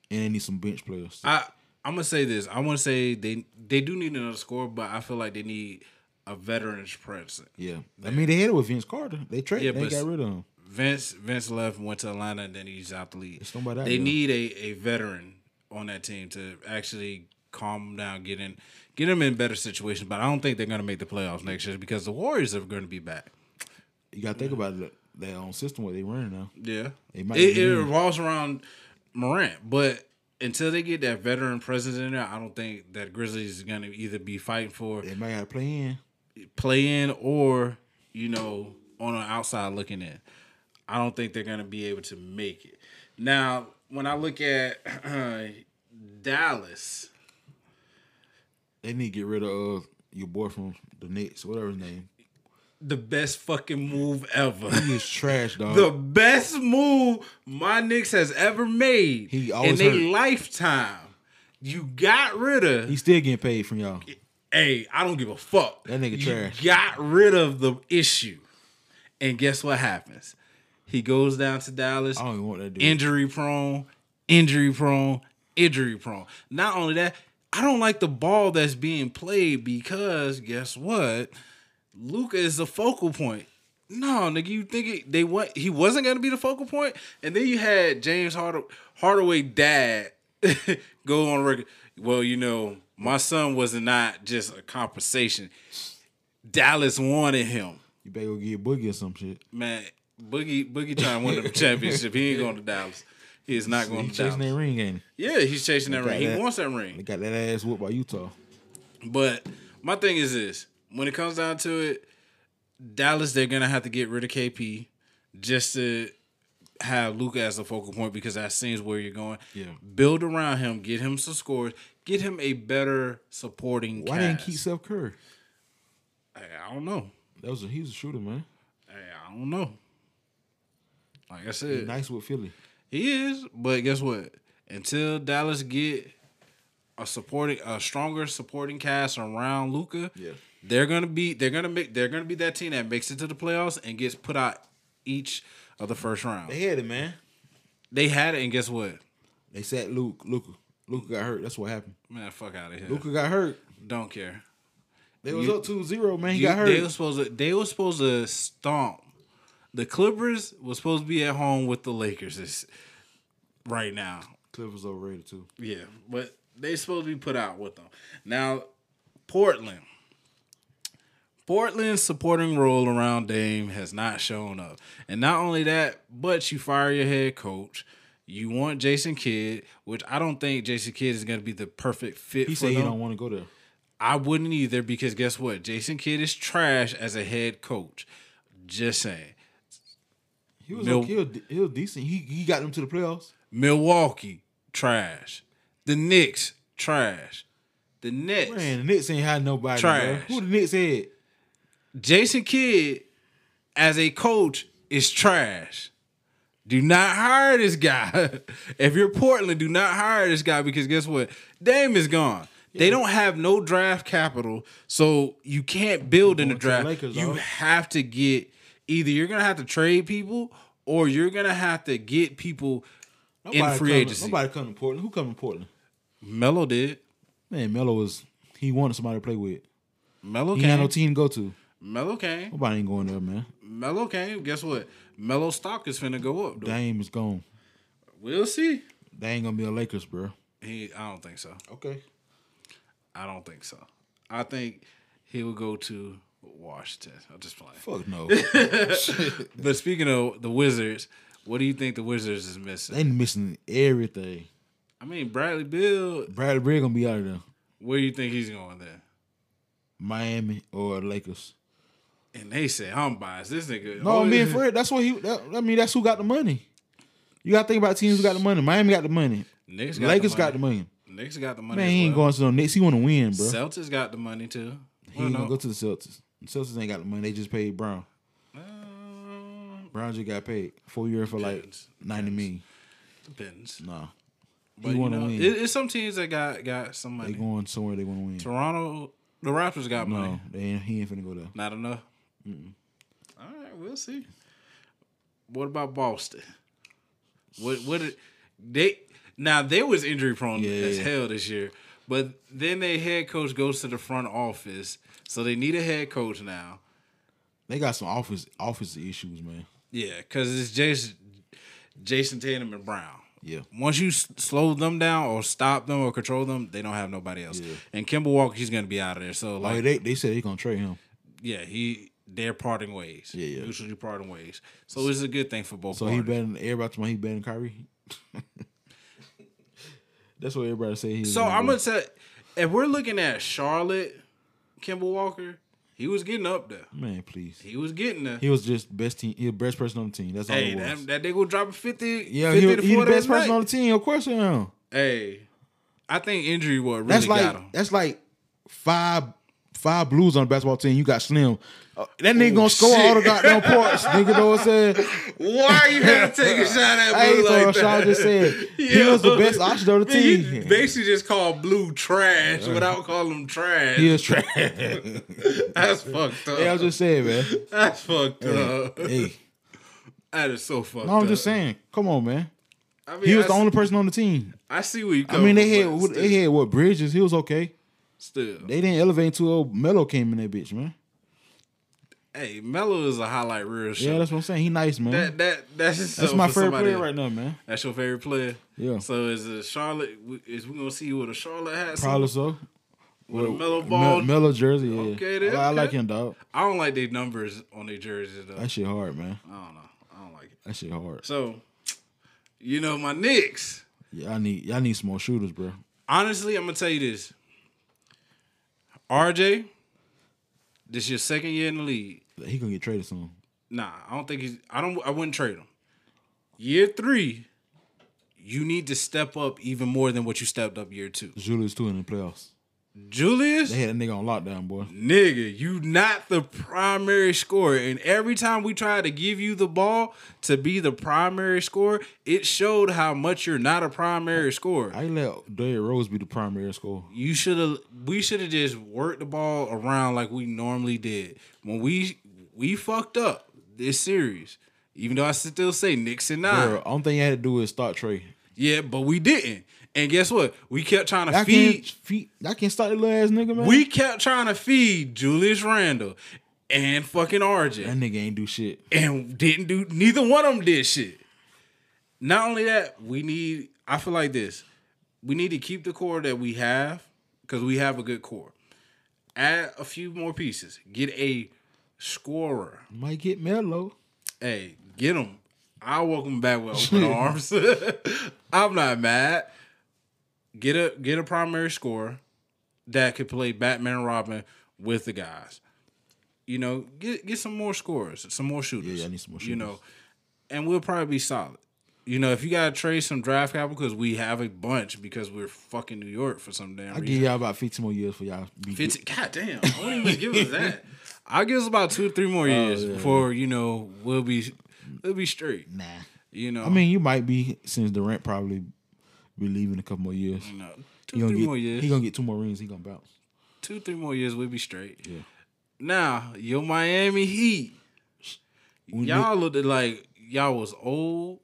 S4: and they need some bench players.
S3: I I'm gonna say this. I want to say they they do need another score, but I feel like they need a veteran's presence.
S4: Yeah, I mean they had it with Vince Carter. They traded.
S3: Yeah,
S4: they
S3: but-
S4: got rid of him.
S3: Vince Vince left, went to Atlanta, and then he's out the league.
S4: It's nobody out
S3: they
S4: there.
S3: need a, a veteran on that team to actually calm down, get in, get them in better situations. But I don't think they're gonna make the playoffs next year because the Warriors are gonna be back.
S4: You got to think about it. Their own system, what they running now.
S3: Yeah,
S4: They might
S3: it, it
S4: be.
S3: revolves around Morant, but until they get that veteran presence in there, I don't think that Grizzlies is gonna either be fighting for
S4: They might have to play in.
S3: play in or you know on the outside looking in. I don't think they're gonna be able to make it. Now, when I look at Dallas,
S4: They need to get rid of uh, your boy from the Knicks, whatever his name.
S3: the best fucking move ever.
S4: He is trash, dog.
S3: the best move my Knicks has ever made
S4: He
S3: in
S4: always
S3: their
S4: hurt.
S3: lifetime. You got rid of.
S4: He's still getting paid from y'all.
S3: hey, I don't give a fuck.
S4: That nigga
S3: You
S4: trash.
S3: Got rid of the issue, and guess what happens? He goes down to Dallas.
S4: I don't even want that dude.
S3: injury prone, injury prone, injury prone. Not only that, I don't like the ball that's being played because guess what? Luca is the focal point. No, nigga, you think it, they what he wasn't gonna be the focal point, and then you had James Hard- Hardaway dad go on record. Well, you know, my son was not just a compensation. Dallas wanted him
S4: you better go get Boogie or some shit.
S3: man, Boogie Boogie trying to win the championship. He ain't going to Dallas. He is not going
S4: He
S3: to
S4: chasing
S3: Dallas.
S4: that ring, ain't
S3: Yeah, he's chasing that
S4: Look
S3: ring.
S4: at
S3: He
S4: that.
S3: wants that
S4: he? They
S3: ring.
S4: got that ass whooped by Utah.
S3: But my thing is this: when it comes down to it, Dallas they're gonna have to get rid of KP just to have Luca as a focal point because that seems where you're going.
S4: Yeah.
S3: Build around him, get him some scores, get him a better supporting.
S4: Why didn't
S3: cast.
S4: keep Seth Curry?
S3: I- I don't know.
S4: That was a he was a shooter, man.
S3: I I don't know. Like I said,
S4: Nice with Philly.
S3: He is, but guess what? Until Dallas get a supporting, a stronger supporting cast around Luca,
S4: Yeah.
S3: they're gonna be, they're gonna make, they're gonna be that team that makes it to the playoffs and gets put out each of the first round.
S4: had it, man.
S3: They had it, and guess what?
S4: They sat Luke. Luca. Luca got hurt. That's what happened.
S3: Man, fuck out of here.
S4: Luca got hurt.
S3: Don't care.
S4: They was
S3: You-
S4: up 2-0, man. He
S3: You-
S4: got hurt.
S3: They were supposed to, they were supposed to stomp. The Clippers was supposed to be at home with the Lakers this, right now.
S4: Clippers overrated too.
S3: Yeah, but they supposed to be put out with them. Now, Portland. Portland's supporting role around Dame has not shown up. And not only that, but you fire your head coach. You want Jason Kidd, which I don't think Jason Kidd is going to be the perfect fit
S4: He
S3: for
S4: said he
S3: them.
S4: don't want to go there.
S3: I wouldn't either because guess what? Jason Kidd is trash as a head coach. Just saying.
S4: He was
S3: Mil-
S4: okay. He was, he was decent. He he got them to the playoffs.
S3: Milwaukee, trash. The Knicks, trash. The Nets.
S4: Man, the Knicks ain't had nobody.
S3: Trash.
S4: Bro. Who the Knicks had?
S3: Jason Kidd as a coach is trash. Do not hire this guy. if you're Portland, do not hire this guy because guess what? Dame is gone. They don't have no draft capital, so you can't build in the
S4: Going to the
S3: draft.
S4: Lakers,
S3: you
S4: dog.
S3: have to get either you're gonna have to trade people or you're gonna have to get people in
S4: Nobody
S3: free
S4: come-
S3: agency.
S4: Nobody come to Portland. Who come to Portland?
S3: Melo did.
S4: Man, Melo was he wanted somebody to play with.
S3: Melo
S4: He had no
S3: came.
S4: team to go to.
S3: Melo came.
S4: Nobody ain't going there, man.
S3: Melo came. Guess what? Melo stock is finna go up. Though.
S4: Dame is gone.
S3: We'll see.
S4: They ain't gonna be a Lakers, bro.
S3: He. I don't think so.
S4: Okay.
S3: I don't think so. I think he'll go to Washington. I'm just playing.
S4: Fuck no.
S3: But speaking of the Wizards, what do you think the Wizards is missing?
S4: they missing everything.
S3: I mean, Bradley Bill.
S4: Bradley Beal gonna be out of there.
S3: Where do you think he's going there?
S4: Miami or Lakers.
S3: And they say I'm biased. This nigga.
S4: No, me and Fred. That's what he. That, I mean, that's who got the money. You gotta think about teams who got the money. Miami got the money.
S3: Knicks got
S4: Lakers
S3: the money.
S4: got the money.
S3: Knicks got the money.
S4: Man,
S3: as
S4: he ain't
S3: well.
S4: going to no Knicks. He want to win, bro.
S3: Celtics got the money too.
S4: he
S3: Well,
S4: ain't gonna
S3: no.
S4: go to the Celtics. The Celtics ain't got the money. They just paid Brown.
S3: Um,
S4: Brown just got paid four year for like
S3: Depends.
S4: ninety million.
S3: depends.
S4: Nah,
S3: But you
S4: wanna
S3: know,
S4: win.
S3: it, it's some teams that got got some
S4: they
S3: money.
S4: going somewhere. They want to win.
S3: Toronto, the Raptors got
S4: No,
S3: money.
S4: they ain't, he ain't finna go there.
S3: Not enough. All right, we'll see. What about Boston? What what did- they now they was injury prone
S4: Yeah.
S3: as hell this year, but then their head coach goes to the front office, so they need a head coach now.
S4: They got some office office issues, man.
S3: Yeah, because it's Jason Jason Tatum and Brown.
S4: Yeah.
S3: Once you s- slow them down or stop them or control them, they don't have nobody else. And Kimball Walker, he's gonna be out of there. So like,
S4: Like they, they said they gonna trade him.
S3: yeah, he they're parting ways.
S4: Yeah, yeah.
S3: Mutually parting ways. So it's a good thing for both.
S4: So he
S3: parties.
S4: better than everybody. Tomorrow he better than Kyrie. That's what everybody say. He was
S3: So I'm
S4: do.
S3: gonna say, if we're looking at Charlotte, Kimball Walker, he was getting up there.
S4: man, please.
S3: He was getting there.
S4: He was just best team. He the best person on the team. That's all
S3: hey,
S4: it was.
S3: that, that nigga dropping fifty.
S4: yeah,
S3: 50
S4: he,
S3: to
S4: he the
S3: 40
S4: best
S3: a night.
S4: person on the team. Of course, I am.
S3: Hey, I think injury what really
S4: That's
S3: got him.
S4: like that's like five five blues on the basketball team. You got Slim. Uh, that
S3: Oh,
S4: nigga gonna score all the goddamn points. nigga know what I'm saying?
S3: Why you had to take a shot at
S4: Hey,
S3: Blue
S4: so
S3: like
S4: Sean
S3: that?
S4: just said he
S3: Yo.
S4: was the best option on the
S3: Man, you
S4: team.
S3: basically just called Blue trash without calling him trash.
S4: He was trash.
S3: That's fucked up.
S4: Hey, I was just saying, man.
S3: That's fucked up.
S4: Hey,
S3: That is so fucked
S4: no,
S3: up.
S4: I'm just saying. Come on, man.
S3: I mean,
S4: He was
S3: I
S4: the
S3: s-
S4: only person on the team.
S3: I see where you
S4: I
S3: come.
S4: mean, they had
S3: but
S4: what- they had what Bridges. He was okay.
S3: still. still.
S4: They didn't elevate until old Melo came in that bitch, man.
S3: Hey, Melo is a highlight reel show.
S4: Yeah, that's what I'm saying. He nice, man.
S3: that that that's,
S4: that's my favorite player right now, man.
S3: That's your favorite player.
S4: Yeah.
S3: So is it Charlotte? Is we gonna see you with a Charlotte hat?
S4: Probably so.
S3: with a mellow
S4: Mel-
S3: ball.
S4: Melo jersey. Yeah,
S3: Okay, then,
S4: I, I like
S3: okay.
S4: him, dog.
S3: I don't like their numbers on their jerseys though.
S4: That shit hard, man.
S3: I don't know. I don't like it.
S4: That shit hard.
S3: So, you know my Knicks.
S4: Yeah, I need y'all need some more shooters, bro.
S3: Honestly, I'm gonna tell you this. RJ, this your second year in the league.
S4: He gonna get traded soon.
S3: Nah, I don't think he's. I don't. I wouldn't trade him. Year three, you need to step up even more than what you stepped up year two.
S4: Julius too in the playoffs.
S3: Julius,
S4: They had a nigga on lockdown, boy.
S3: Nigga, you not the primary scorer. And every time we tried to give you the ball to be the primary scorer, it showed how much you're not a primary scorer.
S4: I let Derrick Rose be the primary scorer.
S3: You should have we should have just worked the ball around like we normally did. When we we fucked up this series. Even though I still say Knicks and nine.
S4: Bro, only thing you had to do is start Trey.
S3: Yeah, but we didn't. And guess what? We kept trying to
S4: Y'all
S3: feed
S4: can't feed. Y'all can't start the last nigga, man.
S3: we kept trying to feed Julius Randle and fucking RJ.
S4: that nigga ain't do shit.
S3: and didn't do neither one of them did shit. Not only that, we need I feel like this. We need to keep the core that we have because we have a good core. Add a few more pieces. Get a scorer.
S4: Might get Melo.
S3: Hey, get him. I'll welcome him back with open arms. I'm not mad. Get a get a primary scorer that could play Batman and Robin with the guys. You know, get get some more scorers, some more shooters.
S4: Yeah, yeah, I need some more
S3: You
S4: shooters.
S3: know, and we'll probably be solid. You know, if you gotta trade some draft capital because we have a bunch because we're fucking New York for some damn
S4: I
S3: reason.
S4: give y'all about fifteen more years for y'all. Be good.
S3: 15, God damn, I won't even give us that. I'll give us about two or three
S4: Oh,
S3: more years before, you know, we'll be we'll be straight.
S4: Nah.
S3: You know.
S4: I mean, you might be since Durant probably be leaving in a couple more years.
S3: No. Two,
S4: He gonna
S3: Mm, three
S4: get
S3: more years.
S4: he gonna get two more rings. He gonna bounce.
S3: two, three more years, we'll be straight.
S4: Yeah.
S3: Now, your Miami Heat,
S4: We
S3: y'all looked like y'all was old.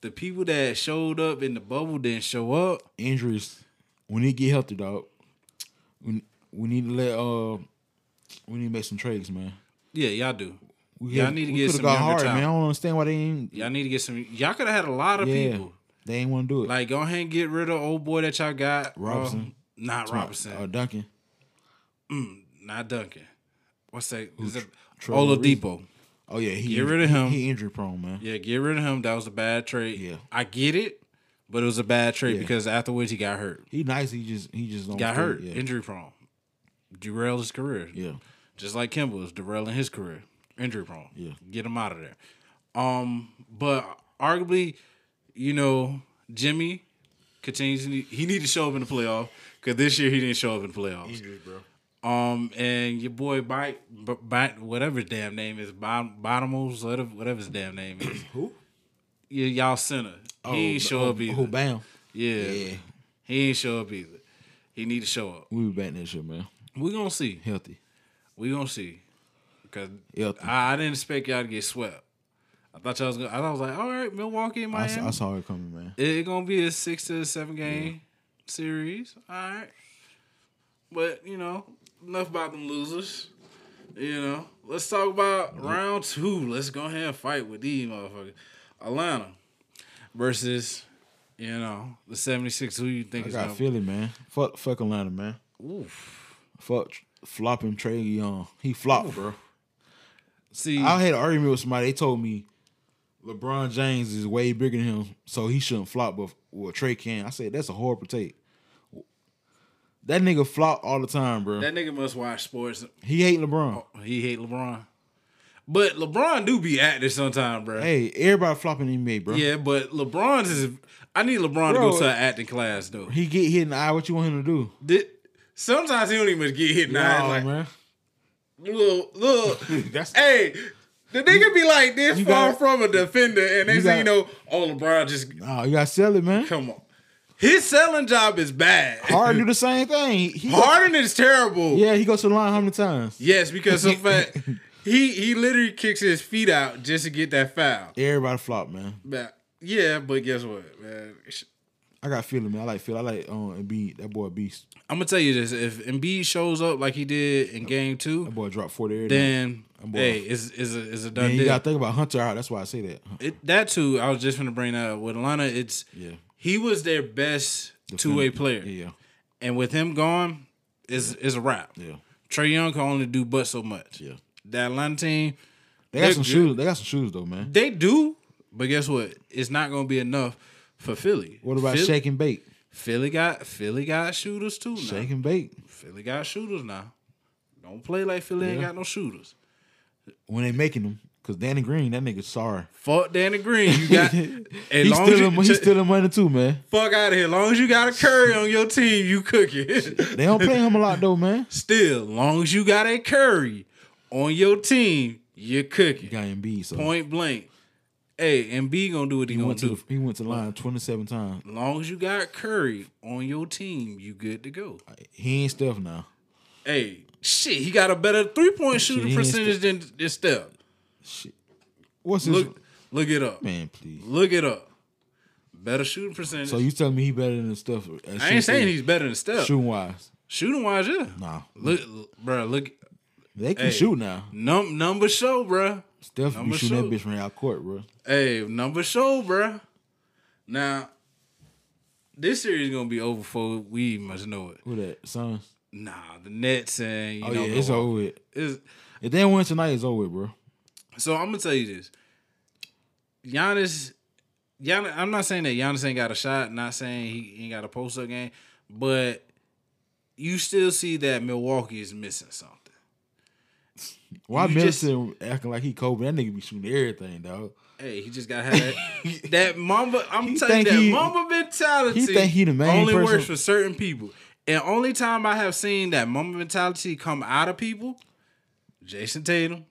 S3: The people that showed up in the bubble didn't show up.
S4: injuries. We need to get healthy, dog. We, we need to let uh we need to make some trades, man.
S3: Yeah, y'all do.
S4: We
S3: Y'all
S4: could-
S3: need to
S4: we
S3: get
S4: coulda
S3: some
S4: got
S3: younger
S4: hard,
S3: talent.
S4: man. I don't understand why they ain't.
S3: Y'all need to get some. Y'all could have had a lot of
S4: yeah,
S3: people.
S4: they ain't want to do it.
S3: Like, go ahead and get rid of old boy that y'all got. bro.
S4: Robinson.
S3: not Robinson.
S4: uh, Duncan,
S3: not Duncan. What's that? Is it
S4: Tr-
S3: Oladipo?
S4: Oh yeah, he
S3: Get rid of him.
S4: He, he injury prone, man.
S3: Yeah, get rid of him. That was a bad trade.
S4: Yeah.
S3: I get it, but it was a bad trade because afterwards he got hurt.
S4: He nice. He just he just don't
S3: got
S4: score,
S3: hurt,
S4: Yeah.
S3: injury prone, derailed his career.
S4: yeah.
S3: Just like Kimball is derailing his career, injury prone.
S4: Yeah.
S3: get him out of there. Um, but arguably, you know, Jimmy continues. to need- He need to show up in the playoff because this year he didn't show up in the playoffs. Um, and your boy Bite, B- Bite, whatever his damn name is, Bottom, Bottomos, whatever, whatever his damn name is.
S4: Who?
S3: Yeah, y'all center. he ain't show
S4: oh,
S3: up either.
S4: Oh, bam.
S3: yeah.
S4: Yeah.
S3: he ain't show up either. He need to show up.
S4: We be back next year, man.
S3: We gonna see.
S4: Healthy.
S3: We gonna see. Cause
S4: Healthy. I,
S3: I, I didn't expect y'all to get swept. I thought y'all was gonna. I thought I was like, all right, Milwaukee, and
S4: s-
S3: Miami.
S4: I saw it coming, man.
S3: It, it gonna be a six to seven game series. All right, but you know, enough about them losers. You know, let's talk about round two. Let's go ahead and fight with these motherfuckers. Atlanta versus, you know, the 76. Who you think
S4: I
S3: is
S4: got
S3: gonna?
S4: Philly, man. Fuck, fuck Atlanta, man.
S3: Oof.
S4: Fuck tr- flopping Trey Young. He flopped, bro.
S3: See,
S4: I had an argument with somebody. They told me LeBron James is way bigger than him, so he shouldn't flop. But well, Trey can. I said that's a horrible take. That nigga flop all the time, bro.
S3: that Oh. nigga must watch sports.
S4: he hate LeBron.
S3: He hate LeBron, but LeBron do be active sometime, bro.
S4: Hey, everybody flopping NBA, bro.
S3: Yeah, but LeBron's is. I need LeBron to
S4: Bro.
S3: go to an acting class though.
S4: He get hit in the eye. What you want him to do?
S3: Did, sometimes he don't even get hit. Nah,
S4: Nah,
S3: like
S4: man.
S3: little little.
S4: That's-
S3: hey, the nigga be like this
S4: You
S3: far
S4: got-
S3: from a defender, and they
S4: you
S3: say you
S4: got-
S3: know, oh LeBron just
S4: Nah, you gotta sell it, man.
S3: come on. His selling job is bad.
S4: Harden do the same thing. He, he go-
S3: Harden is terrible.
S4: yeah, he goes to the line how many times?
S3: Yes, because of fact, he he literally kicks his feet out just to get that foul.
S4: Everybody flop, man.
S3: But, yeah, but guess what, man?
S4: I got Philly, man. I like Philly. I like um Embiid. That boy a beast.
S3: I'm gonna tell you this: if Embiid shows up like he did in Game
S4: That
S3: Two,
S4: boy dropped forty every night.
S3: then
S4: I'm bored.
S3: hey, is is a is a done
S4: And you
S3: deal.
S4: gotta think about Hunter out. That's why I say that.
S3: It, that too, I was just gonna bring that up with Atlanta. It's
S4: Yeah.
S3: he was their best two way player,
S4: Yeah,
S3: and with him gone, is is a wrap.
S4: yeah.
S3: Trey Young can only do but so much.
S4: Yeah.
S3: That Atlanta team,
S4: They
S3: They're
S4: got some
S3: good.
S4: shoes. They got some shoes though, man.
S3: they do, but guess what? It's not gonna be enough for Philly.
S4: What about
S3: Philly,
S4: shake and bake?
S3: Philly got Philly got shooters too. Now.
S4: Shake and bake.
S3: Philly got shooters now. Don't play like Philly ain't
S4: Yeah.
S3: got no shooters.
S4: When they making them, cause Danny Green, that nigga sorry.
S3: Fuck Danny Green. You got as
S4: He's
S3: long as
S4: still,
S3: you,
S4: he's still in money too, man.
S3: fuck out of here. As long as you got a curry on your team, you cook it.
S4: They don't pay him a lot though, man.
S3: Still, long as you got a Curry on your team, you're
S4: He
S3: cooking.
S4: got Embiid, so
S3: Point blank. Hey, Embiid gonna do what he,
S4: he
S3: gonna
S4: went to
S3: do.
S4: the, he went to the line twenty seven times.
S3: long as you got Curry on your team, you good to go.
S4: He ain't Steph now.
S3: Hey, shit, he got a better three point
S4: he
S3: shooting
S4: ain't
S3: percentage than than Steph.
S4: Shit. What's his
S3: Look, look it up.
S4: man? Please.
S3: Look it up. Better shooting percentage.
S4: So you telling me he better than uh, Steph?
S3: I ain't saying he's better than Steph.
S4: shooting wise.
S3: Shooting wise, yeah.
S4: Nah,
S3: Look, bro, look.
S4: they can
S3: Hey.
S4: shoot now.
S3: Num- number show, bruh.
S4: Steph be
S3: I'ma
S4: shooting that
S3: shoot.
S4: bitch from out court, bro.
S3: Hey, number show, bruh. Now, this series gonna be over for we must know it.
S4: Who that? Sons.
S3: Nah, the Nets and you
S4: Oh
S3: know
S4: yeah, it's
S3: Milwaukee.
S4: over. With.
S3: It's-
S4: If they win tonight, it's over, with, bro.
S3: so I'm gonna tell you this. Giannis, Giannis, I'm not saying that Giannis ain't got a shot. Not saying he ain't got a post up game, but you still see that Milwaukee is missing something.
S4: Why
S3: You just-
S4: Middleton acting like he Kobe? That nigga be shooting everything, dog.
S3: Hey, he just gotta have that, that mamba. I'm
S4: He
S3: telling you,
S4: think
S3: that
S4: he-
S3: mamba mentality.
S4: he think he the main
S3: only
S4: person.
S3: works for certain people. And only time I have seen that mamba mentality come out of people, Jason Tatum,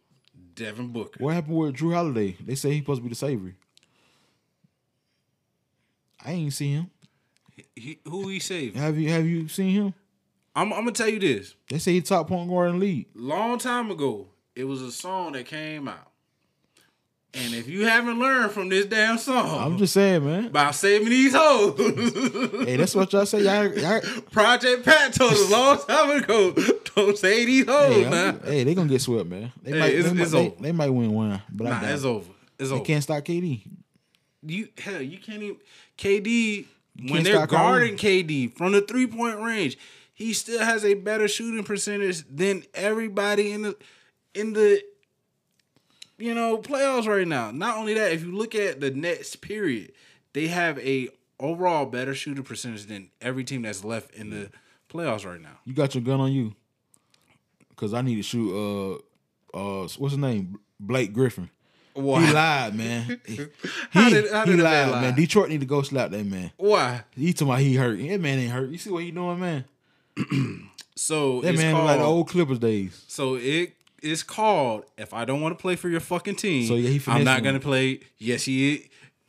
S3: Devin Booker.
S4: What happened with Drew Holiday? They say he supposed to be the savior. I ain't see him.
S3: He, who he saved?
S4: Have you have you seen him?
S3: I'm, I'm gonna tell you this.
S4: They say he top point guard in the league.
S3: Long time ago, it was a song that came out, and if you haven't learned from this damn song,
S4: I'm just saying, man.
S3: about saving these hoes.
S4: Hey, that's what y'all say. Y'all, y'all
S3: Project Pat told us a long time ago, don't say these hoes,
S4: hey, I'm-
S3: man.
S4: hey, they gonna get swept, man. They
S3: Hey,
S4: might,
S3: it's-
S4: they, might
S3: it's
S4: they,
S3: over.
S4: they might win one, but I
S3: Nah,
S4: doubt
S3: it's
S4: it.
S3: over. It's
S4: They
S3: over.
S4: can't stop KD.
S3: You hell, you can't even KD when
S4: can't
S3: they're
S4: stop Kyrie.
S3: guarding KD from the three point range. He still has a better shooting percentage than everybody in the in the you know playoffs right now. Not only that, if you look at the Nets, period, they have a overall better shooting percentage than every team that's left in the playoffs right now.
S4: You got your gun on you, cause I need to shoot. Uh, uh, what's his name? Blake Griffin. He
S3: Why?
S4: lied, man. He,
S3: How did- how
S4: he
S3: did the man
S4: lied,
S3: lie?
S4: man. Detroit need to go slap that man.
S3: Why?
S4: He talking about he hurt. That man ain't hurt. You see what he doing, man?
S3: So
S4: That
S3: it's
S4: man look
S3: called,
S4: like the old Clippers days.
S3: So it is called if I don't want to play for your fucking team,
S4: So, yeah, he finessed
S3: I'm not
S4: him.
S3: gonna play. Yes, he is.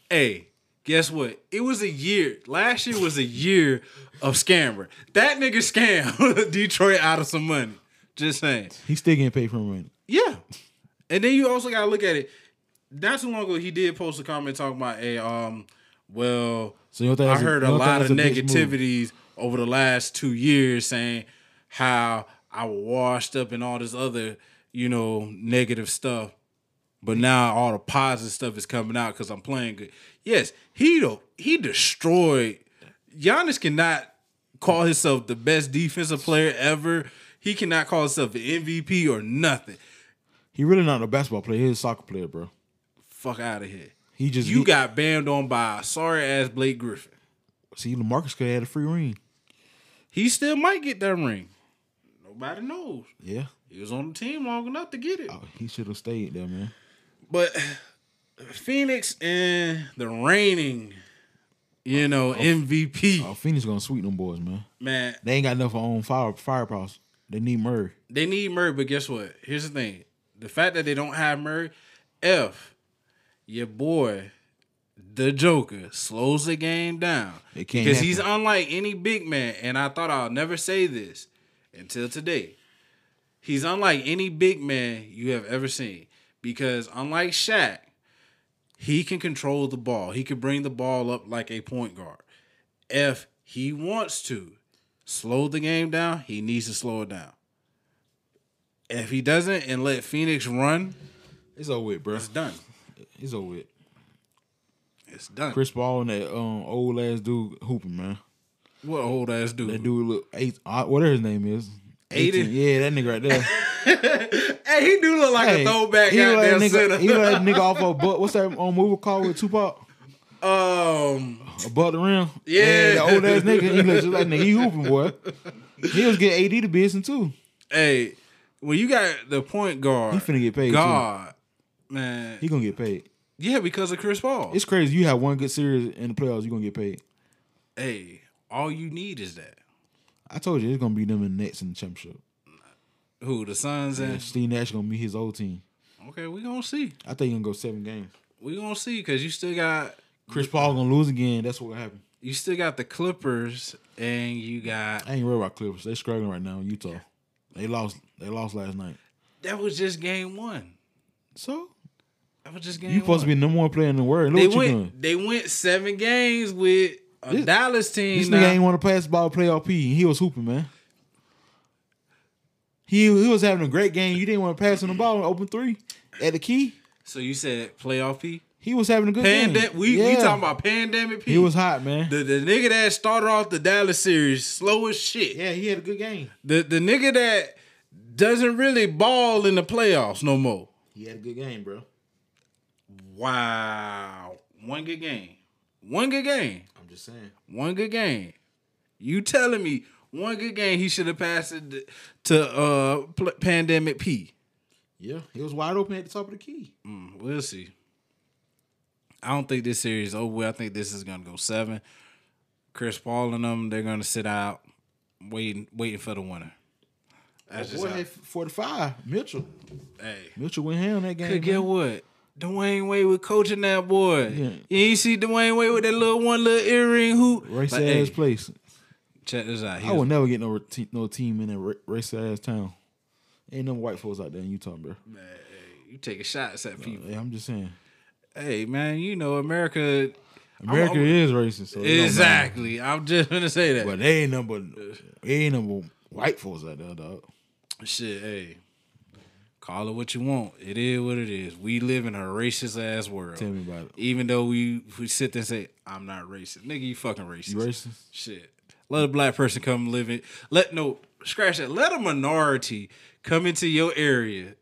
S3: Hey, guess what? It was a year. Last year was a year of scammer. That nigga scammed Detroit out of some money. Just saying.
S4: He still getting paid from rent.
S3: Yeah. And then you also gotta look at it. Not too long ago, he did post a comment talking about a um, well,
S4: So you don't think
S3: I
S4: that's a-
S3: heard
S4: you
S3: a
S4: don't think
S3: lot of
S4: that's a bitch move?
S3: negativities over the last two years saying how I was washed up and all this other, you know, negative stuff. But now all the positive stuff is coming out because I'm playing good. Yes, he though he destroyed. Giannis cannot call himself the best defensive player ever. He cannot call himself an MVP or nothing.
S4: He really not a basketball player. He's a soccer player, bro.
S3: Fuck out of here.
S4: He just
S3: You
S4: he-
S3: got banned on by sorry ass Blake Griffin.
S4: see Lamarcus could have had a free ring.
S3: He still might get that ring. Nobody knows.
S4: Yeah,
S3: He was on the team long enough to get it.
S4: Oh, he should have stayed there, man.
S3: Uh, But Phoenix and the reigning, you know, MVP
S4: Oh, Phoenix gonna sweep them boys, man.
S3: man.
S4: They ain't got enough on fire firepower. They need Murray.
S3: They need Murray, but guess what? Here's the thing: the fact that they don't have Murray, if your boy, the Joker, slows the game down,
S4: It can't
S3: because he's unlike any big man. And I thought I'll never say this until today. He's unlike any big man you have ever seen because unlike Shaq, he can control the ball. He can bring the ball up like a point guard. If he wants to slow the game down, he needs to slow it down. If he doesn't and let Phoenix run,
S4: It's over with, bro.
S3: it's done.
S4: It's over with.
S3: It's done.
S4: Chris Paul and that um, old ass dude hooping, man.
S3: what old ass
S4: That
S3: dude?
S4: dude look eight, uh, whatever his name is.
S3: Aiden.
S4: Yeah, that nigga right there.
S3: Hey, he do look like
S4: Hey,
S3: a throwback
S4: he look like
S3: goddamn
S4: that
S3: center.
S4: nigga, he look like that nigga off of but what's that um, movie called with Tupac?
S3: um,
S4: Above the rim.
S3: Yeah.
S4: the old ass nigga. He look just like nigga. He hooping boy. He was getting AD to business too.
S3: hey, when you got the point guard,
S4: He finna get paid, too.
S3: God, man,
S4: He gonna get paid.
S3: yeah, because of Chris Paul.
S4: It's crazy. You have one good series in the playoffs, you gonna get paid.
S3: hey, all you need is that.
S4: I told you it's gonna be them and Nets in the championship.
S3: Who the Suns
S4: And
S3: and
S4: Steve Nash gonna be his old team.
S3: okay, we gonna see,
S4: I think he gonna go seven games.
S3: we gonna see because you still got
S4: Chris Paul gonna lose again. That's what happened.
S3: you still got the Clippers and you got
S4: I ain't worried about Clippers. They struggling right now in Utah. They lost. They lost last night.
S3: that was just game one.
S4: So
S3: That was just game.
S4: you supposed to be
S3: one.
S4: the number one player in the world. Look
S3: They
S4: what you doing.
S3: went. They went seven games with a
S4: This-
S3: Dallas team.
S4: This
S3: now.
S4: nigga ain't want to pass the ball, playoff P. He was hooping, man. He he was having a great game. You didn't want to pass him the ball and open three at the key.
S3: so you said playoff P.
S4: He was having a good game.
S3: Pandemic. We we
S4: Yeah.
S3: talking about pandemic P.
S4: He was hot, man.
S3: The, the nigga that started off the Dallas series slow as shit.
S4: yeah, he had a good game.
S3: The the nigga that doesn't really ball in the playoffs no more.
S4: He had a good game, bro.
S3: Wow. One good game. One good game.
S4: I'm just saying.
S3: One good game. You telling me one good game he should have passed it to- to uh pl- pandemic P.
S4: Yeah, he was wide open at the top of the key.
S3: Mm, We'll see. I don't think this series is over. with. I think this is gonna go seven. Chris Paul and them, they're gonna sit out, waiting, waiting for the winner. That's
S4: Boy
S3: just how-
S4: had 45. Mitchell.
S3: hey.
S4: Mitchell went ham that game.
S3: Could get
S4: man.
S3: what? Dwayne Wade was coaching that boy.
S4: Yeah.
S3: You ain't see Dwayne Wade with that little one little earring hoop.
S4: Race
S3: Like,
S4: ass
S3: hey,
S4: place.
S3: Check this out. He
S4: I
S3: was-
S4: will never get no te- no team in a ra- race ass town. Ain't no white folks out there in Utah, bro.
S3: you taking shots at people.
S4: Hey, I'm just saying.
S3: Hey man, you know America.
S4: America
S3: I'm-
S4: is racist. So it don't matter.
S3: Exactly. I'm just gonna say that.
S4: But they ain't number they ain't number white folks out there, dog.
S3: Shit, hey. Call it what you want. It is what it is. We live in a racist ass world.
S4: Tell me about it.
S3: Even though we, we sit there and say, I'm not racist. Nigga, you fucking racist.
S4: You racist?
S3: Shit. Let a black person come live in. Let no scratch that. Let a minority come into your area,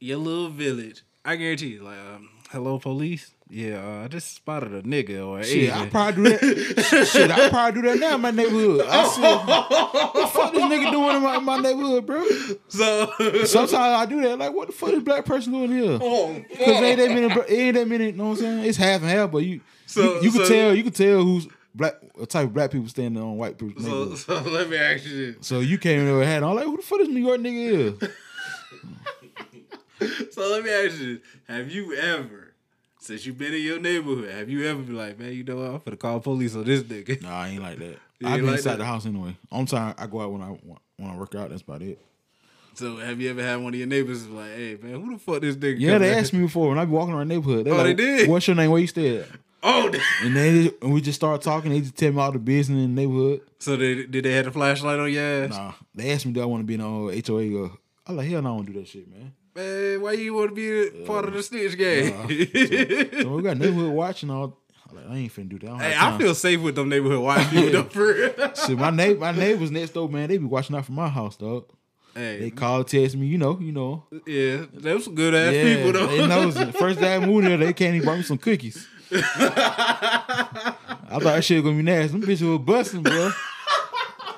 S3: your little village. I guarantee you, like, um, hello, police. Yeah, uh, I just spotted a nigga or an
S4: Shit, I
S3: Asian.
S4: probably do that. shit, I probably do that now in my neighborhood. I see what the fuck this nigga doing in my, my neighborhood, bro.
S3: so
S4: Sometimes I do that. Like, what the fuck is black person doing here? Because ain't that many, bro- ain't that many. You know what I'm saying? It's half and half, but you,
S3: So-
S4: you, you
S3: so-
S4: can tell, you can tell who's black, what type of black people standing on white people.
S3: so, so let me ask you this.
S4: So you came in there with a hat. on. I'm like, who the fuck this New York nigga is?
S3: So let me ask you this: Have you ever, since you've been in your neighborhood, have you ever been like, man, you know what? I'm gonna call police on this nigga?
S4: Nah, I ain't like that.
S3: You
S4: I
S3: ain't
S4: be
S3: like
S4: inside
S3: that?
S4: the house anyway. Only time I go out when I want- when I work out. That's about it.
S3: So have you ever had one of your neighbors like, hey, man, who the fuck this nigga?
S4: Yeah,
S3: come
S4: they
S3: in?
S4: asked me before when I be walking around the neighborhood. They
S3: Oh,
S4: like,
S3: they did?
S4: What's your name? Where you stay at?
S3: Oh, they-
S4: And they just, and we just started talking. They just tell me all the business in the neighborhood.
S3: so they did they have a flashlight on your ass?
S4: Nah, they asked me do I want to be in a HOA. Or, I like hell, no, I don't want to do that shit, man.
S3: Man, why you want to be a part of the snitch game?
S4: So we got neighborhood watching all. I'm like, I ain't finna do that. I don't
S3: hey,
S4: have
S3: I
S4: time.
S3: feel safe with them neighborhood white people. though, for real.
S4: Shit, my neighbor, my neighbors next door, man, they be watching out for my house, dog. They
S3: Hey,
S4: call, text me, you know, you know.
S3: yeah, them some good ass
S4: Yeah,
S3: people though.
S4: they knows it. First day I moved there, they came and brought me some cookies. I thought that shit gonna be nasty. Them bitches was busting, bro.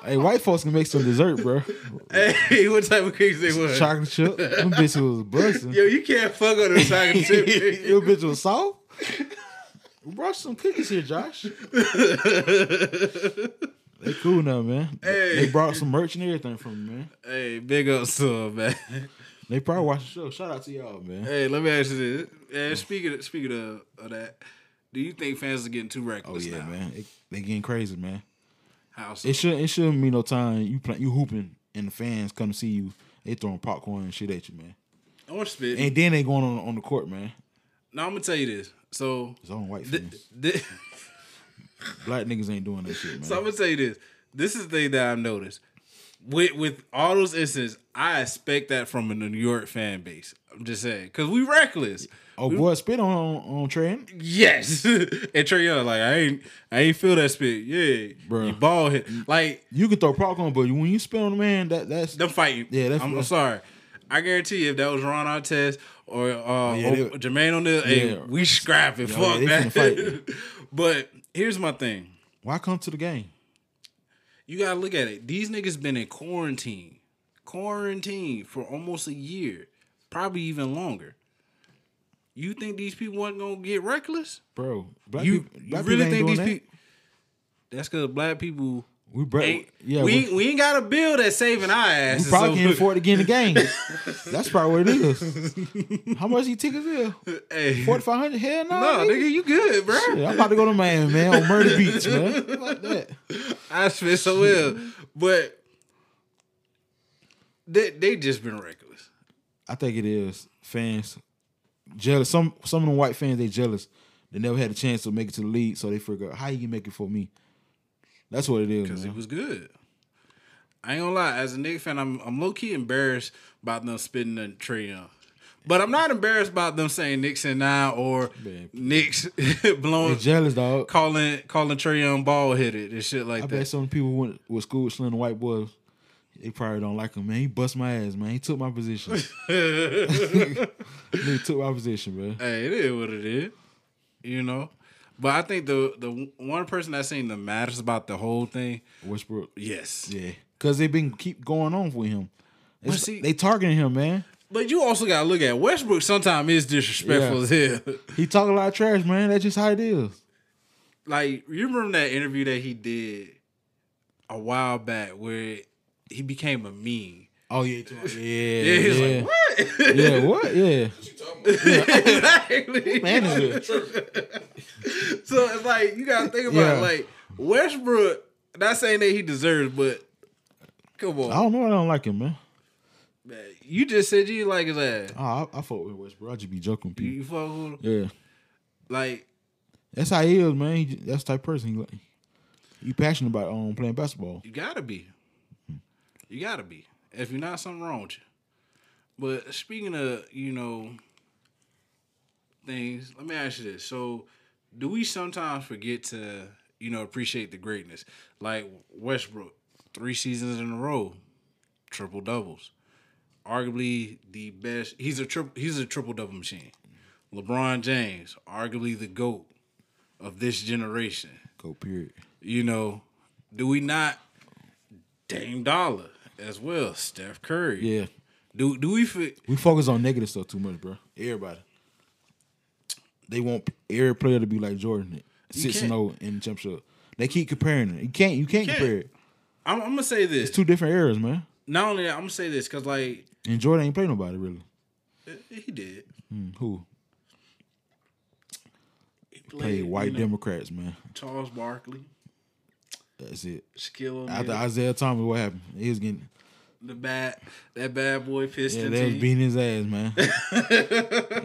S4: hey, white folks can make some dessert, bro.
S3: hey, what type of case they was?
S4: Chocolate chip. Them bitches was busting.
S3: Yo, you can't fuck on the chocolate chip. nigga.
S4: Your bitch was soft. We brought some cookies here, Josh. they cool now, man. They- They
S3: Hey.
S4: brought some merch and everything from me, man.
S3: Hey, big up to 'em, man.
S4: They probably watch the show. Shout out to y'all, man.
S3: Mm. Hey, let me ask you this. Hey, speaking of, speaking of, of that, do you think fans are getting too
S4: Oh
S3: reckless
S4: yeah,
S3: now?
S4: man. It- they getting crazy, man.
S3: How so?
S4: It should it shouldn't be no time you play, you hooping and the fans come see you. They throwing popcorn and shit at you, man.
S3: or spit.
S4: And then they going on on the court, man.
S3: now I'm gonna tell you this. So,
S4: It's on white
S3: th-
S4: fans.
S3: th-
S4: Black niggas ain't doing that shit,
S3: so I'm
S4: man.
S3: gonna tell you this. This is the thing that I've noticed. With with all those incidents, I expect that from a New York fan base. I'm just saying, cause we reckless.
S4: Oh boy, spit on on, on Trent.
S3: Yes, and Trey Young like I ain't I ain't feel that spit. Yeah,
S4: Bruh.
S3: you ball hit like
S4: You can throw popcorn, but when you spit on a man, that that's
S3: them fighting.
S4: Yeah, that's-
S3: I'm, I'm
S4: that's-
S3: sorry. I guarantee you, if that was Ron Artest or uh,
S4: yeah,
S3: or
S4: they-
S3: Jermaine O'Neal, hey,
S4: Yeah.
S3: we scrapping. Fuck
S4: they
S3: that.
S4: finna fight.
S3: but here's my thing:
S4: why come to the game?
S3: you gotta look at it. These niggas been in quarantine, quarantine for almost a year, probably even longer. You think these people aren't gonna get reckless?
S4: bro. Black
S3: you
S4: peop-
S3: you
S4: black
S3: really
S4: people
S3: think
S4: ain't doing
S3: these
S4: that?
S3: people? That's because black people
S4: We bra-
S3: ain't.
S4: yeah,
S3: we,
S4: we,
S3: ain't- we ain't got a bill that's saving our
S4: we
S3: asses.
S4: probably
S3: so-
S4: can't afford to get in the game. That's probably what it is. How much these tickets is?
S3: Hey,
S4: Forty five hundred? Hell no,
S3: no,
S4: nigga.
S3: nigga, you good, bro?
S4: Shit, I'm about to go to Miami, man, on Murder Beach, man. Like that.
S3: I spent so well, but they they just been reckless.
S4: I think it is fans jealous. Some some of the white fans they jealous. They never had a chance to make it to the league, so they figure out how you can make it for me. That's what it is,
S3: It
S4: man.
S3: was good. I ain't gonna lie, as a Knicks fan, I'm I'm low key embarrassed about them spitting on Trey Young. But I'm not embarrassed about them saying Knicks and nine or
S4: Man.
S3: Knicks
S4: They
S3: blowing
S4: jealous, dog.
S3: calling calling Trey Young ball headed and shit like
S4: I bet
S3: that.
S4: some people went with school with slim white boys. They probably don't like him, man. He bust my ass, man. He took my position. Nigga took my position, man.
S3: Hey, it is what it is. You know? But I think the the one person that seen the matters about the whole thing,
S4: Westbrook.
S3: yes.
S4: Yeah, because they've been keep going on with him. It's-
S3: see-
S4: they targeting him, man.
S3: But you also gotta look at Westbrook. Sometimes is disrespectful
S4: Yeah.
S3: as hell.
S4: He talk a lot of trash, man. That's just how it is.
S3: like you remember that interview that he did a while back where he became a meme
S4: Oh yeah, yeah,
S3: Yeah,
S4: yeah,
S3: he's
S4: yeah.
S3: like, what?
S4: yeah, what? Yeah,
S5: What you talking about?
S3: exactly.
S4: manager.
S3: So it's like you gotta think about
S4: Yeah.
S3: it. like Westbrook. Not saying that he deserves, but come
S4: I
S3: on,
S4: don't know. I don't like him, man.
S3: man. you just said you like his ass.
S4: Oh, I, I fuck with Westbrook. I just be joking, with people.
S3: You fuck with him.
S4: Yeah,
S3: like
S4: that's how he is, man. He, j- that's the type of person. He, like, he passionate about um playing basketball.
S3: you gotta be, you gotta be. If you're not, something wrong with you. But speaking of you know things, let me ask you this: So, do we sometimes forget to you know appreciate the greatness? Like Westbrook, three seasons in a row, triple doubles. arguably the best. He's a triple. He's a triple double machine. LeBron James, arguably the goat of this generation.
S4: Go period.
S3: You know, do we not Dame Dollar as well? Steph Curry.
S4: Yeah,
S3: Do do we fit?
S4: we focus on negative stuff too much, bro. Everybody. They want every player to be like Jordan, six
S3: can't.
S4: and zero in the championship. They keep comparing it. You can't. You can't,
S3: can't.
S4: compare it.
S3: I'm, I'm gonna say this.
S4: It's two different eras, man.
S3: Not only that, I'm gonna say this because like
S4: And Jordan ain't played nobody really.
S3: he did.
S4: Hmm, Who
S3: He
S4: played white
S3: you know,
S4: Democrats, man?
S3: Charles Barkley,
S4: That's it.
S3: Shaquille
S4: After
S3: O'Neal,
S4: Isaiah Thomas, what happened? He was getting
S3: the bad that bad boy
S4: yeah,
S3: Piston
S4: they was
S3: team.
S4: beating his ass, man.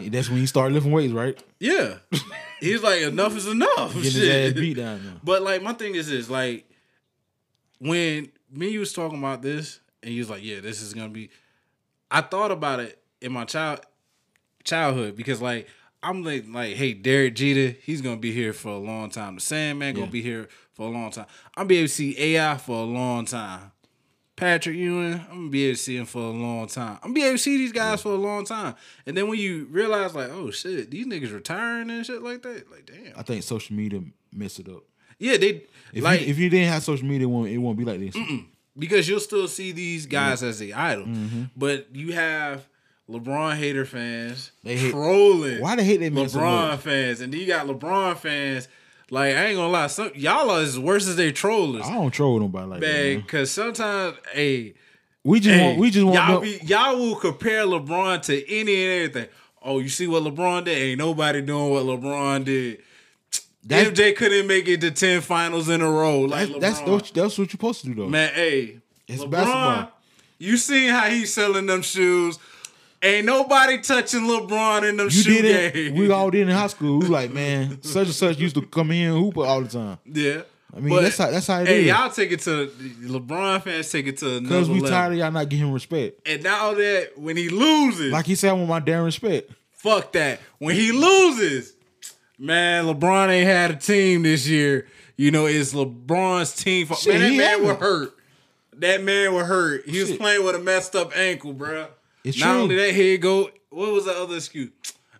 S4: That's when he started lifting weights, right?
S3: yeah, he's like enough is enough.
S4: Getting his ass
S3: Shit.
S4: beat down. Now.
S3: But like my thing is this, like when me and you was talking about this, and you was like, "Yeah, this is gonna be." I thought about it in my child childhood because like I'm like, like hey, Derek Jeter, he's gonna be here for a long time. The Sandman gonna
S4: Yeah.
S3: be here for a long time. I'm gonna be able to see AI for a long time. Patrick Ewing, I'm gonna be able to see him for a long time. I'm gonna be able to see these guys for a long time. And then when you realize, like, oh shit, these niggas retiring and shit like that, like damn,
S4: I think social media messed it up.
S3: yeah, they
S4: If
S3: like
S4: you, if you didn't have social media, it won't, it won't be like this.
S3: because you'll still see these guys as the idol,
S4: Mm-hmm.
S3: but you have LeBron hater fans
S4: They hate-
S3: trolling.
S4: Why they hate that man so
S3: LeBron
S4: much?
S3: fans? And then you got LeBron fans. Like I ain't gonna lie, some y'all are as worse as they trollers,
S4: I don't troll nobody like that.
S3: man.
S4: Man.
S3: Because sometimes, hey,
S4: We just
S3: hey,
S4: want we just want
S3: y'all
S4: no-
S3: be, y'all will compare LeBron to any and everything. Oh, you see what LeBron did? Ain't nobody doing what LeBron did.
S4: that's,
S3: MJ couldn't make it to ten finals in a row. Like
S4: that's, that's
S3: LeBron.
S4: that's that's what you're supposed to do though.
S3: Man, hey,
S4: It's
S3: LeBron,
S4: basketball.
S3: You seen how he's selling them shoes? Ain't nobody touching LeBron in them
S4: you
S3: shoe
S4: did it.
S3: games.
S4: We all did in high school. We like man, such and such used to come in and hoop all the time.
S3: yeah.
S4: I mean, that's how- that's how it
S3: hey,
S4: is.
S3: y'all take it to LeBron fans take it to another
S4: Cause we
S3: level.
S4: tired of y'all not giving him respect.
S3: and now that when he loses,
S4: Like he said, I want my damn respect.
S3: fuck that. When he loses, man, LeBron ain't had a team this year. You know, it's LeBron's team. For,
S4: Shit,
S3: man, that
S4: he
S3: man was
S4: haven't.
S3: hurt. That man was hurt. He was
S4: Shit.
S3: playing with a messed up ankle, bruh.
S4: It's
S3: Not
S4: true.
S3: only that, here you go. What was the other excuse?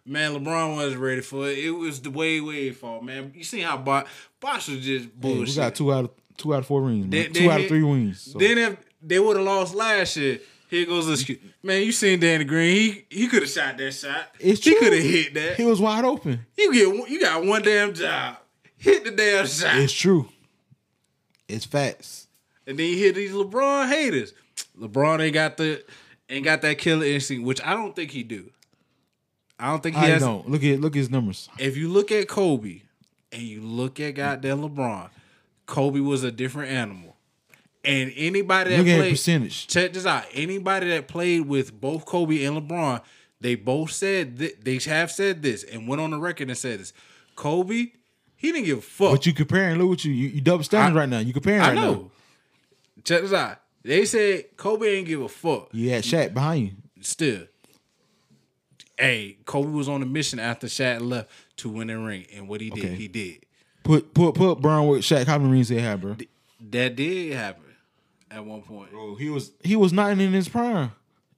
S3: Man, LeBron wasn't ready for it. It was the way Wade fault, man. You seen how Bosh, Bosh was just
S4: Hey,
S3: bullshit.
S4: we got two out of two out of four rings, man.
S3: Then-
S4: two
S3: then
S4: out of
S3: he-
S4: three rings. So.
S3: Then if they would have lost last year, here goes the excuse. Man, you seen Danny Green? He he could have shot that shot.
S4: It's
S3: he
S4: true.
S3: could have hit that.
S4: he was wide open.
S3: You get one- you got one damn job. Hit the damn shot.
S4: It's true. It's facts.
S3: and then you hear these LeBron haters. LeBron ain't got the ain't got that killer instinct, which I don't think he do. I don't think he
S4: I
S3: has.
S4: don't look at look at his numbers.
S3: If you look at Kobe and you look at goddamn LeBron, Kobe was a different animal. And anybody that
S4: Look at his
S3: played
S4: percentage.
S3: check this out. Anybody that played with both Kobe and LeBron, they both said that they have said this and went on the record and said this. Kobe, he didn't give a fuck.
S4: But you comparing, look what you you, you double standard
S3: I-
S4: right now. You comparing
S3: I
S4: right
S3: know.
S4: now.
S3: Check this out. They said Kobe ain't give a fuck.
S4: You had Shaq behind you.
S3: Still, hey, Kobe was on a mission after Shaq left to win the ring, and what he did,
S4: Okay.
S3: he did.
S4: Put put put Brown with Shaq. How many rings they had, bro?
S3: That did happen at one point.
S4: he was he was not in his prime.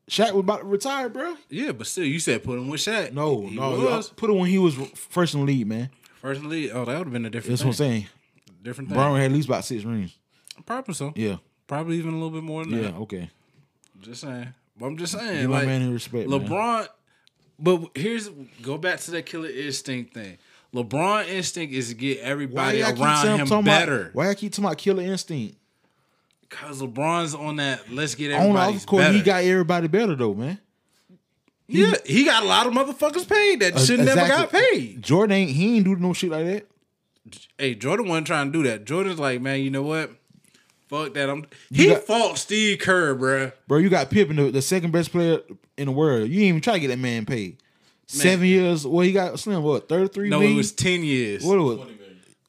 S4: Shaq was about to retire, bro.
S3: Yeah, but still, you said put him with Shaq.
S4: No,
S3: he
S4: no,
S3: was.
S4: I put it when he was first in the league, man.
S3: Personally, oh, that would have been a different.
S4: That's what I'm
S3: thing.
S4: saying.
S3: Different thing.
S4: Brown had at least about six rings.
S3: Probably so.
S4: Yeah,
S3: Probably even a little bit more than
S4: yeah,
S3: that.
S4: okay.
S3: Just saying. But I'm just saying.
S4: Give my
S3: like,
S4: man his respect, man.
S3: LeBron. But here's go back to that killer instinct thing. LeBron instinct is to get everybody
S4: y'all keep
S3: around
S4: saying-
S3: him
S4: talking about-
S3: better.
S4: why I keep talking about killer instinct?
S3: Cause LeBron's on that. Let's get
S4: On the
S3: everybody.
S4: office court, he got everybody better though, man.
S3: yeah, he got a lot of motherfuckers paid that should never got
S4: Uh, Exactly.
S3: paid.
S4: Jordan ain't he ain't do no shit like that.
S3: Hey, Jordan wasn't trying to do that. Jordan's like, man, you know what? Fuck that. I'm. He
S4: got-
S3: fought Steve Kerr, bruh.
S4: Bro, you got Pippen, the, the second best player in the world. You ain't even try to get that man paid. Seven years. Well, he got slim. What thirty three?
S3: No, it was ten years.
S4: what was.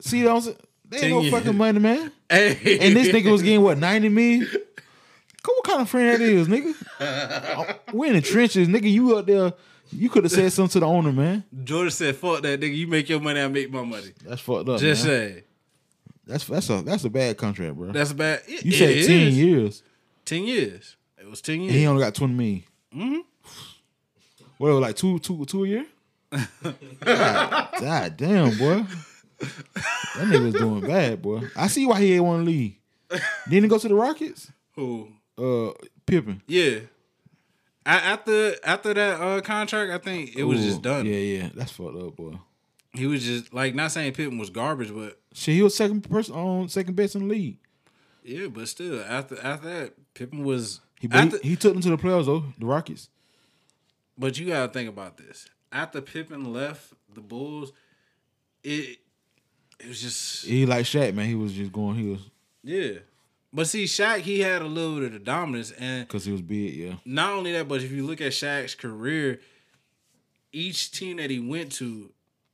S4: See, what I'm saying? They ain't
S3: 10
S4: no
S3: years.
S4: fucking money, man.
S3: Hey,
S4: And this nigga was getting what ninety million. Come, what kind of friend that is, nigga? We're in the trenches, nigga. You up there? You could have said something to the owner, man.
S3: Jordan said, "Fuck that, nigga. You make your money, I make my money."
S4: That's fucked up.
S3: Just
S4: man.
S3: say
S4: That's that's a that's a bad contract, bro.
S3: that's bad. It-
S4: you said
S3: it
S4: ten
S3: is.
S4: years,
S3: Ten years. It was ten years.
S4: and he only got twenty million. Mm-hmm.
S3: Mm-hmm.
S4: What, it was like two two two a year? God, God damn, boy. That nigga's doing bad, boy. I see why he ain't want to leave. Didn't he go to the Rockets?
S3: Who?
S4: Uh, Pippen.
S3: Yeah. A after after that uh, contract, I think it was just
S4: Ooh,
S3: done.
S4: Yeah, yeah, that's fucked up, boy.
S3: He was just like not saying Pippen was garbage, but
S4: Shit, he was second person on second best in the league.
S3: yeah, but still after after that, Pippen was.
S4: He, but
S3: after,
S4: he, he took them to the playoffs though, the Rockets.
S3: But you gotta think about this. After Pippen left the Bulls, it it was just
S4: He like Shaq, man. He was just going. He was
S3: yeah. But see, Shaq he had a little bit of the dominance, and
S4: because he was big, yeah.
S3: not only that, but if you look at Shaq's career, each team that he went to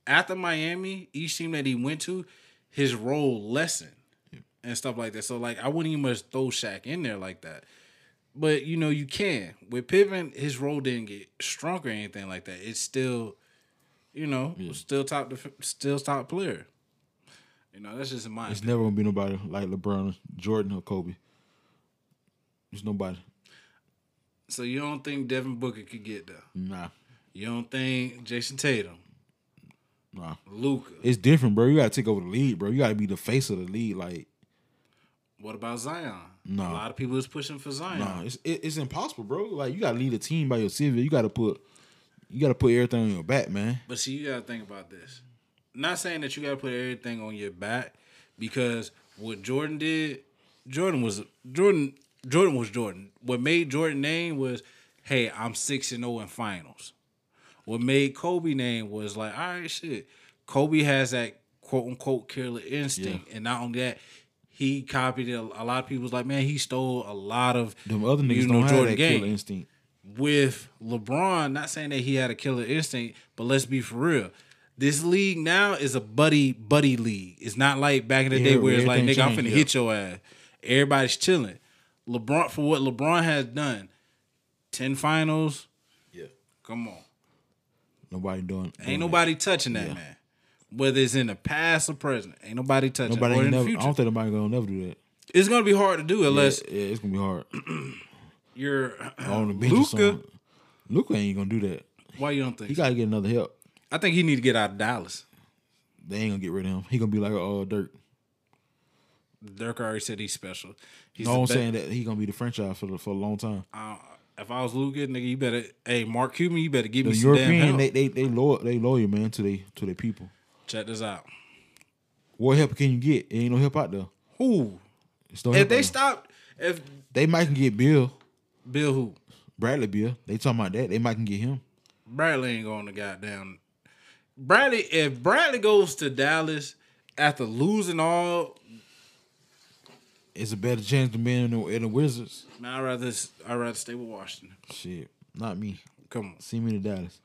S3: after Miami, each team that he went to, his role lessened and stuff like that. So like I wouldn't even much throw Shaq in there like that. But you know you can with Pippen, his role didn't get shrunk or anything like that. It's still, you know, still top, def- still top player. You know that's just my.
S4: It's
S3: opinion.
S4: never gonna be nobody like LeBron, Jordan, or Kobe. There's nobody.
S3: so you don't think Devin Booker could get there?
S4: Nah,
S3: You don't think Jason Tatum,
S4: nah.
S3: Luca?
S4: It's different, bro. You gotta take over the lead, bro. You gotta be the face of the lead. Like,
S3: What about Zion?
S4: No.
S3: A lot of people is pushing for Zion.
S4: nah, it's it, it's impossible, bro. Like, you gotta lead a team by yourself. You gotta put, you gotta put everything on your back, man.
S3: But see, you gotta think about this. Not saying that you gotta put everything on your back, because what Jordan did, Jordan was Jordan. Jordan was Jordan. What made Jordan name was, hey, I'm six and zero in finals. What made Kobe name was like, all right, shit. Kobe has that quote unquote killer instinct, and not only that, he copied it. A lot of people was like, man, he stole a lot of
S4: Them other niggas
S3: you know,
S4: don't have
S3: Jordan
S4: that
S3: game
S4: killer instinct.
S3: with LeBron, not saying that he had a killer instinct, but let's be for real. This league now is a buddy buddy league. It's not like back in the
S4: Yeah,
S3: day where it's like, nigga,
S4: everything
S3: I'm finna
S4: changed,
S3: hit your ass. Everybody's chilling. LeBron for what LeBron has done, ten finals.
S4: Yeah.
S3: Come on,
S4: Nobody doing.
S3: ain't
S4: doing
S3: nobody touching that man. Whether it's in the past or present, ain't nobody
S4: that.
S3: touching.
S4: Nobody.
S3: or
S4: ain't
S3: in
S4: Never,
S3: the
S4: I
S3: future,
S4: don't think nobody gonna never do that.
S3: it's gonna be hard to do unless
S4: yeah, yeah, it's gonna be hard
S3: you're
S4: on the bench.
S3: Luca.
S4: Luca, Luca ain't gonna do that.
S3: Why you don't think?
S4: He
S3: so?
S4: gotta get another help.
S3: I think he need to get out of Dallas.
S4: They ain't gonna get rid of him. He gonna be like uh Dirk.
S3: Dirk already said he's special. He's
S4: No,
S3: the
S4: I'm
S3: be-
S4: saying that he gonna be the franchise for the, for a long time.
S3: I don't- Uh, if I was Luka, nigga, you better. Hey, Mark Cuban, you better give
S4: The
S3: me some damn
S4: European,
S3: help.
S4: they they they loyal, they loyal man to they to their people.
S3: Check this out.
S4: What help can you get? There ain't no help out there.
S3: Who?
S4: It's no help
S3: If
S4: out
S3: they
S4: there.
S3: stopped, if
S4: they might can get Bill
S3: Bill who
S4: Bradley Bill. They talking about that. They might can get him.
S3: Bradley ain't going to goddamn Bradley. If Bradley goes to Dallas after losing all,
S4: It's a better chance than being in the, in the Wizards.
S3: man, I would rather s- I would rather stay with Washington.
S4: Shit, not me.
S3: Come on,
S4: Send me to Dallas.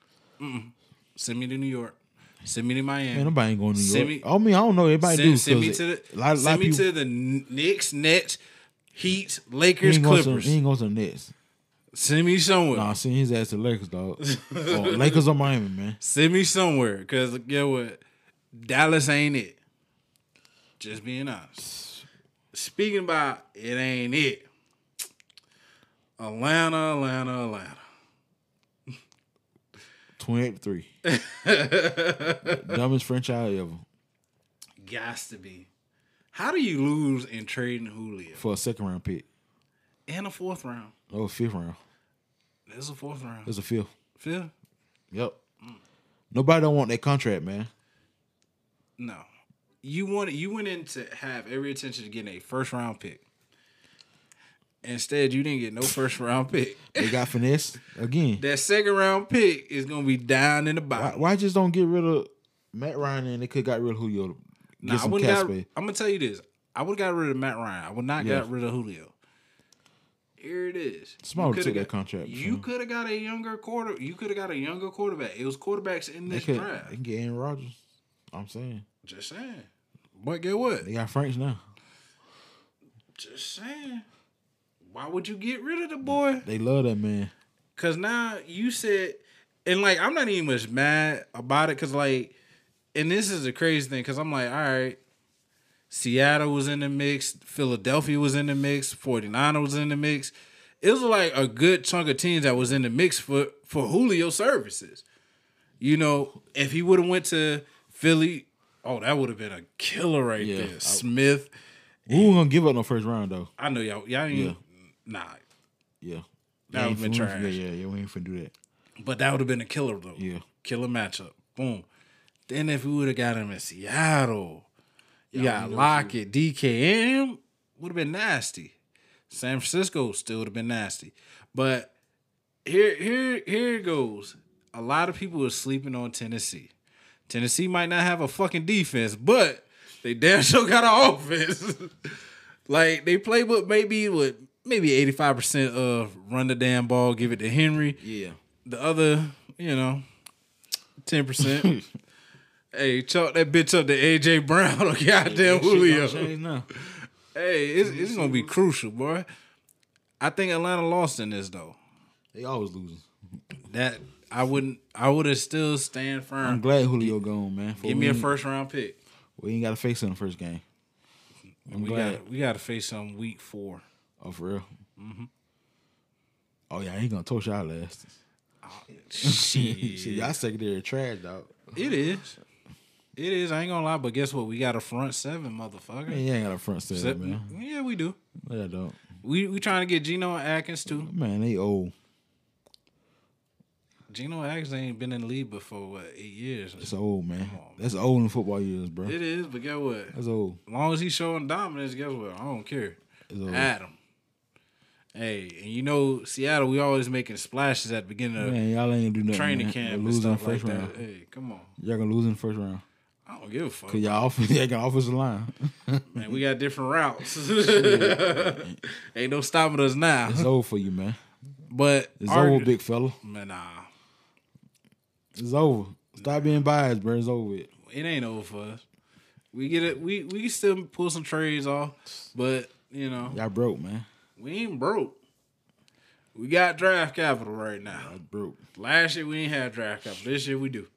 S3: send me to New York, send me to Miami.
S4: Man, nobody ain't going to New York.
S3: Send me-
S4: I mean, I don't know. Everybody
S3: send,
S4: do.
S3: send me
S4: 'cause
S3: to
S4: it-
S3: the
S4: lot, lot
S3: send
S4: of
S3: me
S4: people,
S3: to the Knicks, Nets, Heat,
S4: he
S3: Lakers,
S4: ain't going to
S3: Clippers.
S4: He ain't going to the Nets.
S3: send me somewhere.
S4: Nah, send his ass to Lakers, dog. Lakers or Miami, man.
S3: Send me somewhere, cause get what, Dallas ain't it. Just being honest. Speaking about it ain't it. Atlanta, Atlanta, Atlanta.
S4: Twenty eight three. Dumbest franchise ever.
S3: Gots to be. How do you lose in trading Julio
S4: for a second round pick.
S3: and a fourth round?
S4: Oh, fifth round.
S3: There's a fourth round.
S4: It's a fifth.
S3: Fifth?
S4: Yep. Nobody don't want that contract, man.
S3: No. You wanted you went in to have every attention to getting a first round pick. Instead, you didn't get no first round pick.
S4: They got finesse again.
S3: That second round pick is gonna be down in the
S4: Why,
S3: bottom.
S4: why just don't get rid of Matt Ryan and they could got rid of Julio? Get
S3: Nah, I
S4: some
S3: wouldn't
S4: cap
S3: got, I'm
S4: space.
S3: gonna tell you this. I would have got rid of Matt Ryan. I would not
S4: Yeah.
S3: got rid of Julio. Here it is.
S4: Smart
S3: You
S4: to
S3: coulda
S4: take that
S3: got-
S4: contract,
S3: You
S4: Sean.
S3: could have got a younger quarter. You could have got a younger quarterback. It was quarterbacks in
S4: They
S3: this
S4: could
S3: draft.
S4: they can get Aaron Rodgers. I'm saying
S3: Just saying. But get what?
S4: they got Franks now.
S3: Just saying. Why would you get rid of the boy?
S4: They love that man.
S3: Cause now you said, and like I'm not even much mad about it. Cause like, and this is a crazy thing. Cause I'm like, all right, Seattle was in the mix, Philadelphia was in the mix, 49 was in the mix. It was like a good chunk of teams that was in the mix for for Julio services. You know, if he would have went to Philly, oh, that would have been a killer right
S4: Yeah,
S3: there.
S4: I-
S3: Smith,
S4: We were gonna give up no first round though.
S3: I know y'all, y'all ain't,
S4: Yeah.
S3: nah,
S4: Yeah,
S3: That would've
S4: We ain't
S3: been
S4: finna-
S3: trash.
S4: Yeah, yeah, yeah. We ain't finna do that.
S3: But that would have been a killer though.
S4: Yeah.
S3: Killer matchup. Boom. Then if we would have got him in Seattle, you got Lockett, DKM, would have been nasty. San Francisco still would have been nasty. But here, here, here it goes. A lot of people are sleeping on Tennessee. Tennessee might not have a fucking defense, but they damn sure got an offense. like they playbook maybe with maybe 85% of run the damn ball, give it to Henry
S4: Yeah,
S3: the other, you know, ten percent. hey, chalk that bitch up to AJ Brown or goddamn Julio.
S4: now.
S3: Hey, it's, it's gonna be crucial, boy. I think Atlanta lost in this though.
S4: They always losing.
S3: That I wouldn't. I would have still stand
S4: I'm
S3: firm.
S4: glad Julio gone, man. For
S3: Give me a
S4: we-
S3: first round pick.
S4: We ain't got to face in the first game. I'm
S3: We
S4: glad.
S3: got we got to face some week four.
S4: Oh, for real.
S3: Mm-hmm.
S4: Oh yeah, I ain't gonna toast y'all last.
S3: Shit,
S4: See, y'all secondary trash dog.
S3: it is. It is. I ain't gonna lie, but guess what? We got a front seven, motherfucker.
S4: Man, you ain't got a front seven,
S3: Except-
S4: man.
S3: yeah, we do.
S4: No, you don't.
S3: We we trying to get Geno Atkins too.
S4: Man, they old.
S3: Geno Atkins ain't been in the league before what eight years.
S4: It's old, man. That's old in football years, bro.
S3: It is, but guess what? As
S4: That's old.
S3: long as he's showing dominance, guess what? I don't care.
S4: It's old.
S3: Adam. Hey, and you know Seattle, we always making splashes at the beginning of
S4: Man, y'all ain't gonna do nothing.
S3: training
S4: man.
S3: camp
S4: Y'all
S3: and
S4: losing
S3: stuff
S4: first
S3: like that.
S4: round.
S3: Hey, come on.
S4: Y'all gonna lose in the first round.
S3: I don't give a fuck.
S4: Cause y'all off, y'all got offensive line.
S3: Man, we got different routes. ain't no stopping us now.
S4: It's old for you, man.
S3: But
S4: It's
S3: our-
S4: over, big fella.
S3: man, nah.
S4: It's over. Stop being biased, bro. It's over. With.
S3: It ain't over for us. We get it we we can still pull some trades off, but you know,
S4: Y'all broke, man.
S3: we ain't broke. We got draft capital right now.
S4: Y'all broke.
S3: Last year we ain't had draft capital. This year we do.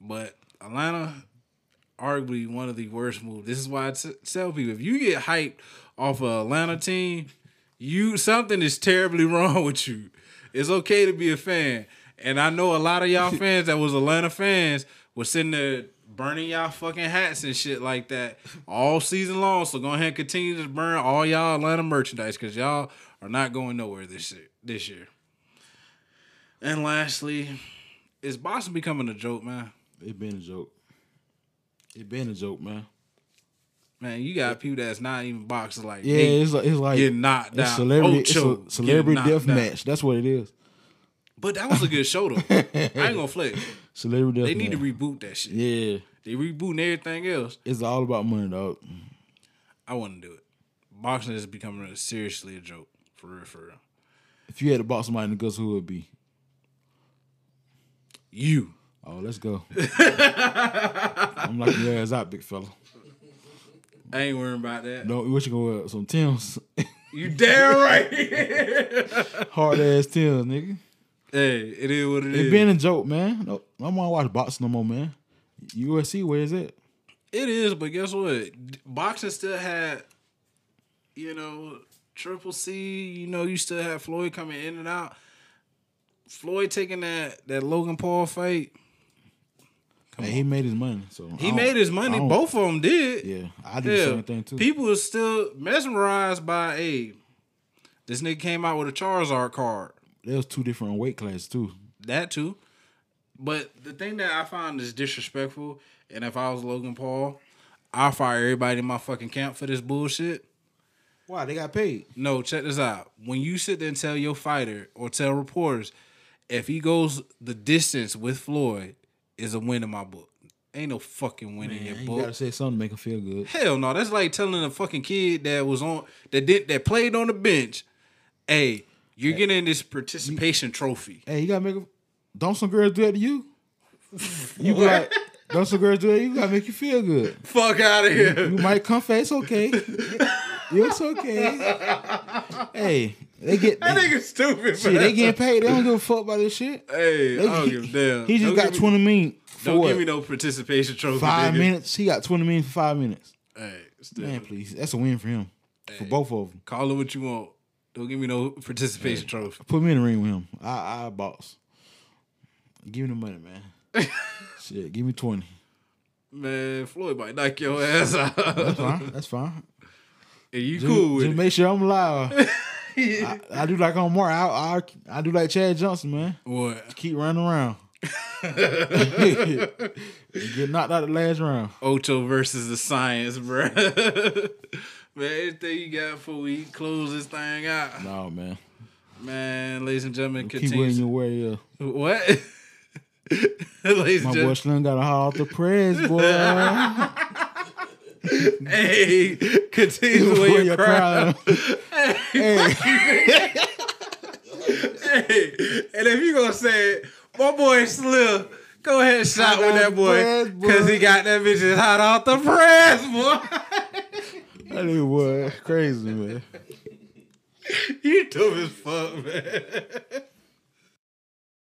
S3: But Atlanta, arguably one of the worst moves. This is why I t- tell people if you get hyped off an Atlanta team, you something is terribly wrong with you. It's okay to be a fan, and I know a lot of y'all fans that was Atlanta fans was sitting there burning y'all fucking hats and shit like that all season long. So go ahead and continue to burn all y'all Atlanta merchandise because y'all are not going nowhere this year. This year. And lastly, is Boston becoming a joke, man?
S4: It been a joke. It been a joke, man.
S3: Man, you got people that's not even boxers like
S4: Yeah,
S3: Nate
S4: it's like it's like
S3: getting knocked
S4: it's
S3: out.
S4: celebrity,
S3: Ocho
S4: it's a
S3: getting
S4: celebrity death
S3: knocked out.
S4: match. That's what it is.
S3: But that was a good show though. I ain't gonna flex.
S4: Celebrity death.
S3: They need to
S4: match.
S3: reboot that shit.
S4: Yeah,
S3: They rebooting everything else.
S4: it's all about money, dog.
S3: I wouldn't do it. Boxing is becoming a, seriously a joke. For real, for real.
S4: If you had to box somebody in the guts, who would it be?
S3: You.
S4: Oh, let's go. I'm like your ass out, big fella.
S3: I ain't worrying about that.
S4: No, what you gonna wear? Some Tim's,
S3: You damn right.
S4: hard ass Tim's, nigga.
S3: hey, it is what it
S4: It
S3: is.
S4: been a joke, man. No, I'm gonna watch boxing no more, man. USC, where is it?
S3: It is, but guess what? Boxing still had, you know, Triple C. You know, you still had Floyd coming in and out. Floyd taking that that Logan Paul fight.
S4: Hey, he made his money, so I
S3: He
S4: don't-
S3: made his
S4: I
S3: money.
S4: don't-
S3: Both of them did.
S4: Yeah, I did the
S3: Yeah.
S4: same thing too.
S3: People is still mesmerized by a. This nigga came out with a Charizard card.
S4: There was two different weight classes too.
S3: That too. But the thing that I find is disrespectful, and if I was Logan Paul, I'll fire everybody in my fucking camp for this bullshit.
S4: Why they got paid?
S3: No, check this out. When you sit there and tell your fighter or tell reporters, if he goes the distance with Floyd, is a win in my book. Ain't no fucking win in your
S4: You
S3: book.
S4: gotta say something to make them feel good.
S3: Hell no, that's like telling a fucking kid that was on that did that played on the bench, hey, you're getting this participation trophy.
S4: Hey, you gotta make. 'em- Don't some girls do that to you? You be like, don't some girls do that? to You gotta make you feel good.
S3: Fuck out of
S4: You
S3: here.
S4: might come fast. It's okay. It's okay. Hey, they get.
S3: That nigga stupid,
S4: Shit,
S3: man.
S4: they getting paid. They don't give a fuck about this shit.
S3: hey, I
S4: They-
S3: don't give a damn.
S4: He just
S3: Don't
S4: got
S3: give me-
S4: 20 minutes for
S3: Don't
S4: what?
S3: give me no participation trophy.
S4: five
S3: nigga.
S4: minutes. He got 20 minutes for five minutes.
S3: Hey, still,
S4: Man, please. That's a win for him. For both of them.
S3: call it what you want. Don't give me no participation trophy.
S4: Put me in the ring with him. I, I boss. Give me the money, man. shit, give me 20.
S3: Man, Floyd might knock your ass out.
S4: That's fine. That's fine.
S3: and you
S4: Just,
S3: cool with
S4: just
S3: it.
S4: make sure I'm alive. I, I do like Omar. I, I I do like Chad Johnson, man.
S3: What?
S4: Keep running around. And get knocked out the last round.
S3: Ocho versus the science, bro. Man, anything you got before we close this thing out.
S4: No, man.
S3: Man, ladies and gentlemen,
S4: Keep wearing
S3: continue.
S4: your way, yeah.
S3: What? ladies
S4: My
S3: and
S4: boy
S3: gentlemen.
S4: Slim got a holler off the press, boy.
S3: Hey, continue
S4: Boy,
S3: with
S4: you're
S3: your crowd.
S4: crying. hey,
S3: Hey, and if you gonna say it, my boy Slim, go ahead and shot
S4: Hot
S3: with
S4: off
S3: that
S4: the
S3: boy.
S4: press, boy.
S3: Because he got that bitch is hot off the press, boy.
S4: that nigga was crazy, man.
S3: You dumb as fuck, man.